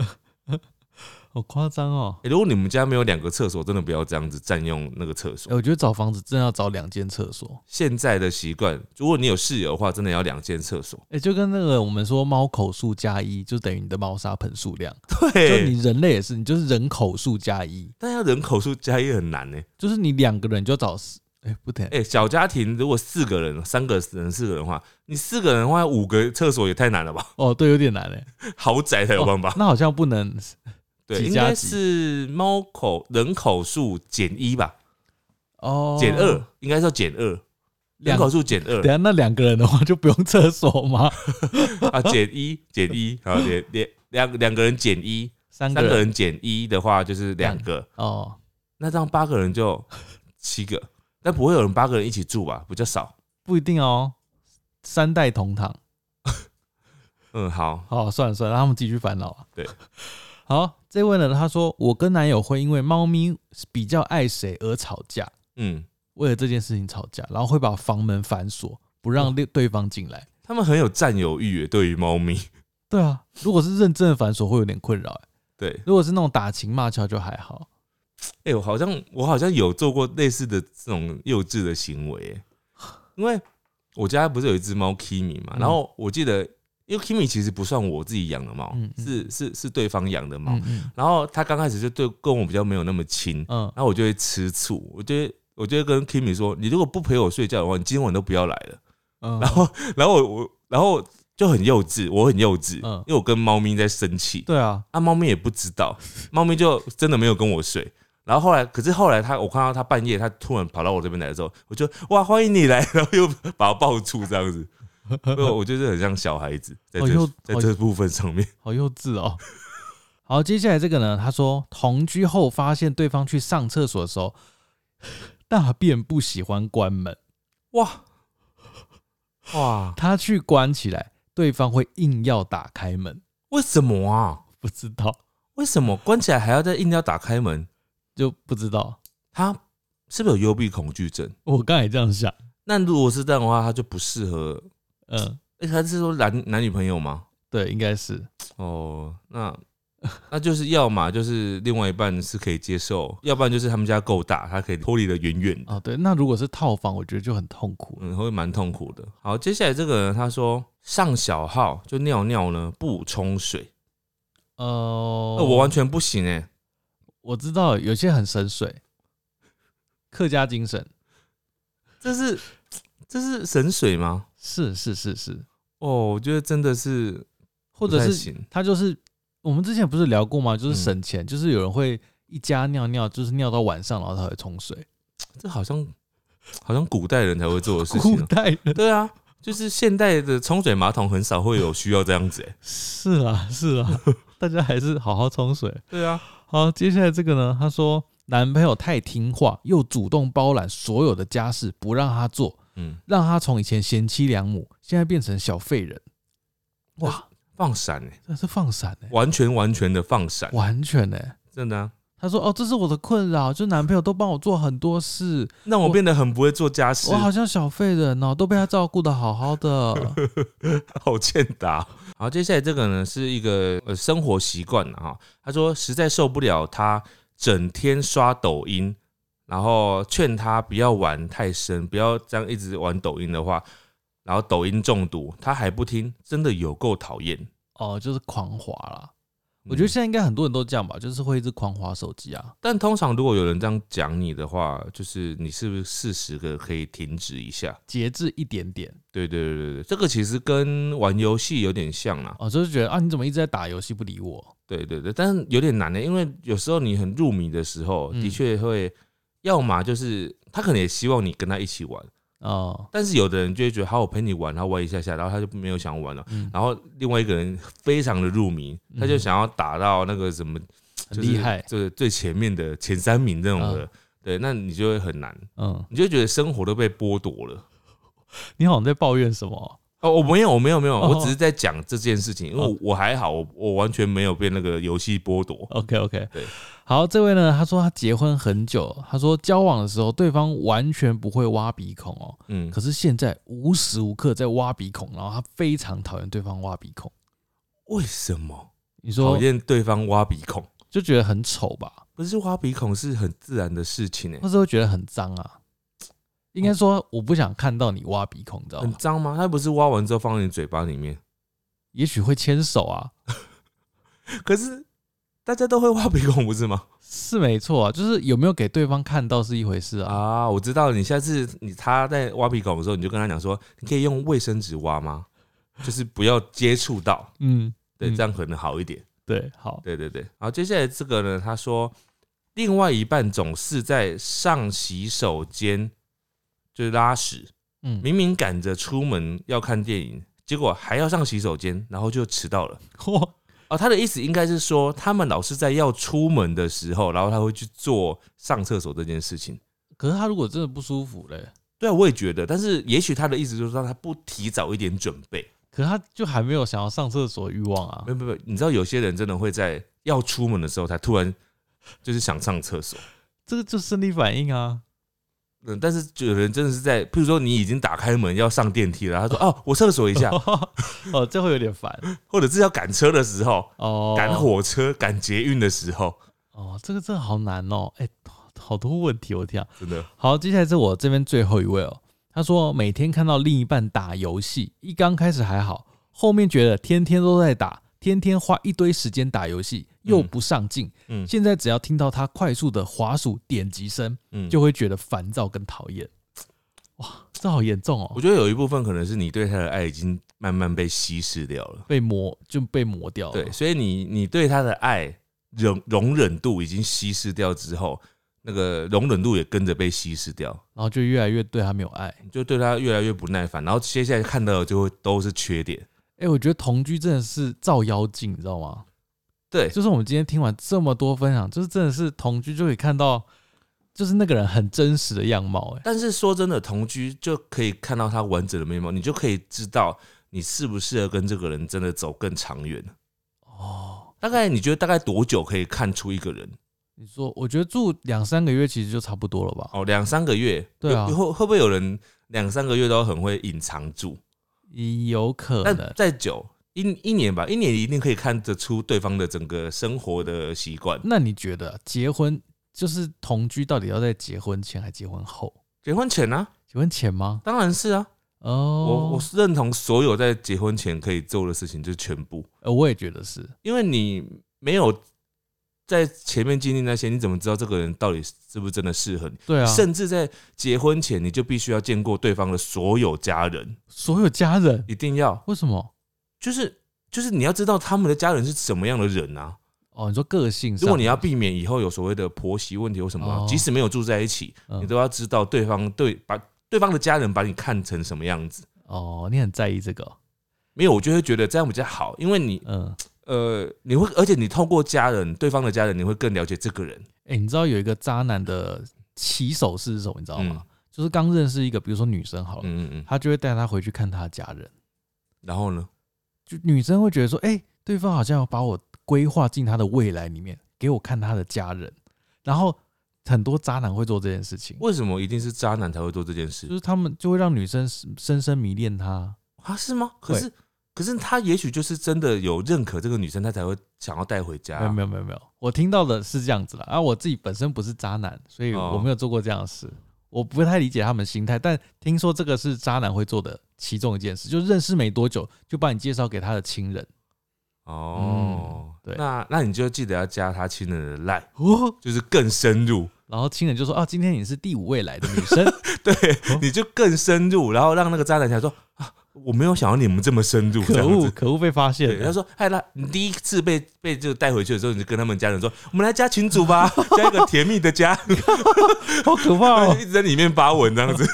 S1: 好夸张哦。
S2: 欸如果你们家没有两个厕所，真的不要这样子占用那个厕
S1: 欸
S2: 所。
S1: 我觉得找房子真的要找两间厕所，
S2: 现在的习惯，如果你有室友的话，真的要两间
S1: [laughs]
S2: 厕所。
S1: 哎、就跟那个我们说猫口数加一，就等于你的猫砂盆数量。就
S2: 对，
S1: 你人类也是，你就是人口数加一，
S2: 但要人口数加一很难呢、
S1: 就是你两个人就找四，哎、不对，
S2: 哎、小家庭如果四个人、三个人、四个人的话，你四个人的话，五个厕所也太难了吧？ [laughs]
S1: 哦，对，有点难哎、
S2: 豪宅才有办法。
S1: 那好像不能
S2: 对，
S1: 哦几
S2: 应
S1: 加
S2: 该
S1: 几
S2: 是猫口人口数减一吧，
S1: 哦，
S2: 减二、应该是要减二。人
S1: 两
S2: 口数减
S1: 等一
S2: 二
S1: 下那两个人的话就不用厕所吗？
S2: 啊，减一减一，好，两两两两个人减一，
S1: 三
S2: 三
S1: 个
S2: 个
S1: 人
S2: 人减一的话就是两个，
S1: 哦，
S2: 那这样八个人就七个，但不会有人八个人一起住吧？比较少。
S1: 不一定哦，三代同堂。
S2: 嗯，好，
S1: 好，哦算了算了，让他们自己去烦恼啊。
S2: 对，
S1: [laughs] 好，这位呢，他说我跟男友会因为猫咪比较爱谁而吵架，
S2: 嗯，
S1: 为了这件事情吵架，然后会把房门反锁，不让对对方进来。
S2: 他们很有占有欲耶，对于猫咪，
S1: 对啊，如果是认真的反锁，会有点困扰、欸。
S2: 对，
S1: 如果是那种打情骂俏就还好。
S2: 哎、我好像我好像有做过类似的这种幼稚的行为耶，因为我家不是有一只猫 Kimi 嘛，
S1: 嗯
S2: 然后我记得，因为 Kimi 其实不算我自己养的猫
S1: 嗯，嗯
S2: 是是是对方养的猫，
S1: 嗯嗯
S2: 然后他刚开始就对跟我比较没有那么亲，
S1: 嗯，
S2: 然后我就会吃醋，我就会我就会跟 Kimi 说，你如果不陪我睡觉的话，你今晚都不要来了。 [laughs]
S1: 嗯
S2: 然后然后我然后就很幼稚，我很幼稚，
S1: 嗯
S2: 因为我跟猫咪在生气，
S1: 对啊，
S2: 啊，猫咪也不知道， [laughs] 猫咪就真的没有跟我睡。然后后来，可是后来他，我看到他半夜，他突然跑到我这边来的时候，我就哇欢迎你来， [laughs] 然后又把我抱住这样子，所以我就是很像小孩子在
S1: 好
S2: 这
S1: 幼
S2: 在
S1: 好
S2: 这部分上面。
S1: 好幼稚哦。好，接下来这个呢，他说同居后发现对方去上厕所的时候， [laughs] 大便不喜欢关门，
S2: 哇哇，
S1: 他去关起来，对方会硬要打开门， [laughs]
S2: 为什么啊？
S1: 不知道
S2: 为什么关起来还要再硬要打开门？
S1: 就不知道。
S2: 他是不是有幽闭恐惧症？
S1: 我刚才也这样想，
S2: 那如果是这样的话，他就不适合。
S1: 嗯，
S2: 哎、他是说男男女朋友吗？
S1: 对，应该是
S2: 哦，那那就是要嘛就是另外一半是可以接受，要不然就是他们家够大，他可以脱离的远远的，
S1: 哦，对。那如果是套房，我觉得就很痛苦了。
S2: 嗯，会蛮痛苦的。好，接下来这个人他说上小号就尿尿呢不冲水，
S1: 呃哦
S2: 那，我完全不行哎、
S1: 我知道有些很深邃，客家精神
S2: 这是这是神水吗？
S1: 是是是是，
S2: 哦，我觉得真的是
S1: 或者
S2: 不太
S1: 是
S2: 行
S1: 他就是我们之前不是聊过吗？就是
S2: 嗯
S1: 省钱，就是有人会一家尿尿，就是尿到晚上，然后他会冲水。
S2: 这好像好像古代人才会做的事情
S1: 古
S2: 哦、
S1: 代人
S2: 对啊，就是现代的冲水马桶很少会有需要这样子、欸。
S1: [laughs] 是啊是啊，大家还是好好冲水。
S2: 对啊，
S1: 好，接下来这个呢，他说男朋友太听话，又主动包揽所有的家事，不让他做，
S2: 嗯，
S1: 让他从以前贤妻良母，现在变成小废人。哇，
S2: 放闪、欸，
S1: 这是放闪哎、
S2: 完全完全的放闪，
S1: 完全哎、
S2: 真的、啊、
S1: 他说：“哦，这是我的困扰，就男朋友都帮我做很多事，
S2: 让我变得很不会做家事
S1: 我，好像小废人哦，都被他照顾的好好 [laughs] 的。
S2: 好欠打。哦好，接下来这个呢是一个呃生活习惯了哈。他说实在受不了他整天刷抖音，然后劝他不要玩太深，不要这样一直玩抖音的话，然后抖音中毒，他还不听，真的有够讨厌。
S1: 哦，就是狂滑啦。我觉得现在应该很多人都这样吧，就是会一直狂划手机啊。
S2: 但通常如果有人这样讲你的话，就是你是不是适时的可以停止一下？
S1: 节制一点点
S2: 对对对对对，这个其实跟玩游戏有点像啦。
S1: 哦，就是觉得啊，你怎么一直在打游戏不理我？
S2: 对对对，但是有点难的、因为有时候你很入迷的时候，
S1: 嗯
S2: 的确会，要么就是他可能也希望你跟他一起玩，
S1: 哦，
S2: 但是有的人就会觉得好，我陪你玩，然后玩一下下，然后他就没有想玩了。
S1: 嗯，
S2: 然后另外一个人非常的入迷，
S1: 嗯
S2: 他就想要打到那个什么
S1: 很厉害，
S2: 就是最前面的前三名这种的。对，那你就会很难，
S1: 嗯，
S2: 你就会觉得生活都被剥夺了。
S1: 你好像在抱怨什么？
S2: 哦，我没有，我没有，没有，
S1: 哦
S2: 我只是在讲这件事情，因为
S1: 哦
S2: 我我还好，我我完全没有被那个游戏剥夺。
S1: OK OK，
S2: 嗯对
S1: 好，这位呢，他说他结婚很久，他说交往的时候对方完全不会挖鼻孔哦，
S2: 嗯，
S1: 可是现在无时无刻在挖鼻孔，然后他非常讨厌对方挖鼻孔，
S2: 为什么
S1: 你
S2: 讨
S1: 说
S2: 厌对方挖鼻孔？
S1: 就觉得很丑吧，
S2: 不是挖鼻孔是很自然的事情欸诶、
S1: 或者会觉得很脏啊？应该说我不想看到你挖鼻孔，你知道
S2: 很
S1: 吗？
S2: 脏吗？它不是挖完之后放在你嘴巴里面？
S1: 也许会牵手啊，
S2: 可是大家都会挖鼻孔，不是吗？
S1: 是没错啊，就是有没有给对方看到是一回事啊。
S2: [laughs] 啊，我知道，你下次你他在挖鼻孔的时候，你就跟他讲说，你可以用卫生纸挖吗？就是不要接触到，
S1: 嗯，
S2: 对，
S1: 嗯
S2: 这样可能好一点。
S1: 对，好，
S2: 对对对，好，接下来这个呢，他说另外一半总是在上洗手间就是拉屎，
S1: 嗯，
S2: 明 [laughs] 明赶着出门要看电影，结果还要上洗手间，然后就迟到了。
S1: 哇，
S2: 哦，他的意思应该是说，他们老是在要出门的时候，然后他会去做上厕所这件事情。
S1: 可是他如果真的不舒服嘞，
S2: 对啊，我也觉得，但是也许他的意思就是说，他不提早一点准备。
S1: 可是他就还没有想要上厕所的欲望啊
S2: 没。有没有没有，你知道有些人真的会在要出门的时候，才突然就是想上厕所。
S1: 这个就生理反应
S2: [laughs]
S1: 啊。。
S2: 嗯，但是有人真的是在，譬如说你已经打开门要上电梯了，他说：“哦，我厕所一下
S1: [laughs] 哦，这会有点烦”
S2: 或者是要赶车的时候、
S1: 哦。
S2: 赶火车、赶捷运的时候，
S1: 哦，这个真的好难哦。哎、好好多问题，我天啊！
S2: 真的
S1: 好，接下来是我这边最后一位哦。他说每天看到另一半打游戏，一刚开始还好，后面觉得天天都在打，天天花一堆时间打游戏，又不上进。
S2: 嗯
S1: 现在只要听到他快速的滑鼠点击声，
S2: 嗯，
S1: 就
S2: 就
S1: 会觉得烦躁跟讨厌。哇，这好严重
S2: 我
S1: 哦！
S2: 觉得有一部分可能是你对他的爱已经慢慢被稀释掉了，
S1: 被磨就被磨掉了。
S2: 对，所以你你对他的爱容容忍度已经稀释掉之后，那个容忍度也跟着被稀释掉，
S1: 然后就越来越对他没有爱。
S2: 你就对他越来越不耐烦，然后接下来看到的就会都是缺点，
S1: 哎、我觉得同居真的是照妖镜，你知道吗？
S2: 对，
S1: 就是我们今天听完这么多分享，就是真的是同居就可以看到，就是那个人很真实的样貌、哎，
S2: 但是说真的，同居就可以看到他完整的面貌，你就可以知道你适不适合跟这个人真的走更长远。
S1: 哦，
S2: 大概你觉得大概多久可以看出一个人？
S1: 你说，我觉得住两三个月其实就差不多了吧？
S2: 哦，两三个月，
S1: 对啊
S2: 有会会不会有人两三个月都很会隐藏住？
S1: 有可
S2: 但
S1: 能，
S2: 再久一一年吧，一年一定可以看得出对方的整个生活的习惯。
S1: 那你觉得结婚就是同居，到底要在结婚前还结婚后？
S2: 结婚前啊，
S1: 结婚前吗？
S2: 当然是啊，
S1: 哦，
S2: 我我是认同所有在结婚前可以做的事情，就是全部。
S1: 呃我也觉得是，
S2: 因为你没有在前面经历那些，你怎么知道这个人到底是不是真的适合你？
S1: 对啊，
S2: 甚至在结婚前，你就必须要见过对方的所有家人，
S1: 所有家人
S2: 一定要，
S1: 为什么？
S2: 就是就是你要知道他们的家人是什么样的人啊。
S1: 哦，你说个性上，
S2: 如果你要避免以后有所谓的婆媳问题或什么，
S1: 哦
S2: 即使没有住在一起，
S1: 嗯
S2: 你都要知道对方对把对方的家人把你看成什么样子。
S1: 哦，你很在意这个哦，
S2: 没有，我就会觉得这样比较好，因为你
S1: 嗯。
S2: 呃，你会，而且你透过家人，对方的家人，你会更了解这个人。
S1: 哎、你知道有一个渣男的起手式是什么？你知道吗？就是刚认识一个，比如说女生好了，
S2: 嗯嗯嗯。
S1: 他就会带她回去看她的家人，
S2: 然后呢？
S1: 就女生会觉得说，哎、对方好像有把我规划进他的未来里面，给我看他的家人。然后很多渣男会做这件事情，
S2: 为什么一定是渣男才会做这件
S1: 就
S2: 事
S1: 是他们就会让女生深深迷恋他。
S2: 啊？是吗？可是，可是他也许就是真的有认可这个女生，他才会想要带回家、
S1: 没有没有没有没有，我听到的是这样子啦。啊，我自己本身不是渣男，所以
S2: 哦
S1: 我没有做过这样的事。我不太理解他们心态，但听说这个是渣男会做的其中一件事，就认识没多久就把你介绍给他的亲人，
S2: 哦，
S1: 嗯对
S2: 那那你就记得要加他亲人的赖，
S1: 哦，
S2: 就是更深入， [laughs]
S1: 然后亲人就说啊，今天你是第五位来的女生，
S2: 对，
S1: 哦
S2: 你就更深入，然后让那个渣男想说啊，我没有想到你们这么深入，这
S1: 可
S2: 样
S1: 恶 [laughs]
S2: 子。
S1: 可恶被发现
S2: 对，他
S1: 了，
S2: 说：“哎，那你第一次被被就带回去的时候，你就跟他们家人说，我们来加群
S1: [laughs]
S2: 主吧，加一个甜蜜的家，
S1: [laughs] 好可怕哦
S2: 一，直在里面发文
S1: [laughs]
S2: 这样子。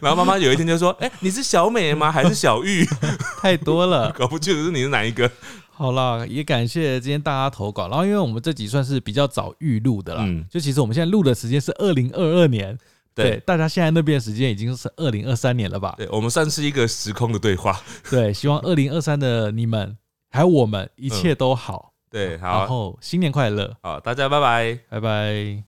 S2: 然后妈妈有一天就说：哎、你是小美吗？还是小玉？ [laughs]
S1: 太多了。
S2: 搞不清楚是你是哪一个。
S1: 好啦，也感谢今天大家投稿。然后，因为我们这集算是比较早预录的啦，
S2: 嗯
S1: 就其实我们现在录的时间是二零二二年，
S2: 对
S1: 大家现在那边的时间已经是二零二三年了吧？
S2: 对，我们算是一个时空的对话。
S1: 对，希望二零二三的你们还有我们一切都好，
S2: 对，
S1: 然
S2: 好，
S1: 后新年快乐，
S2: 好，大家拜拜。”
S1: 拜拜。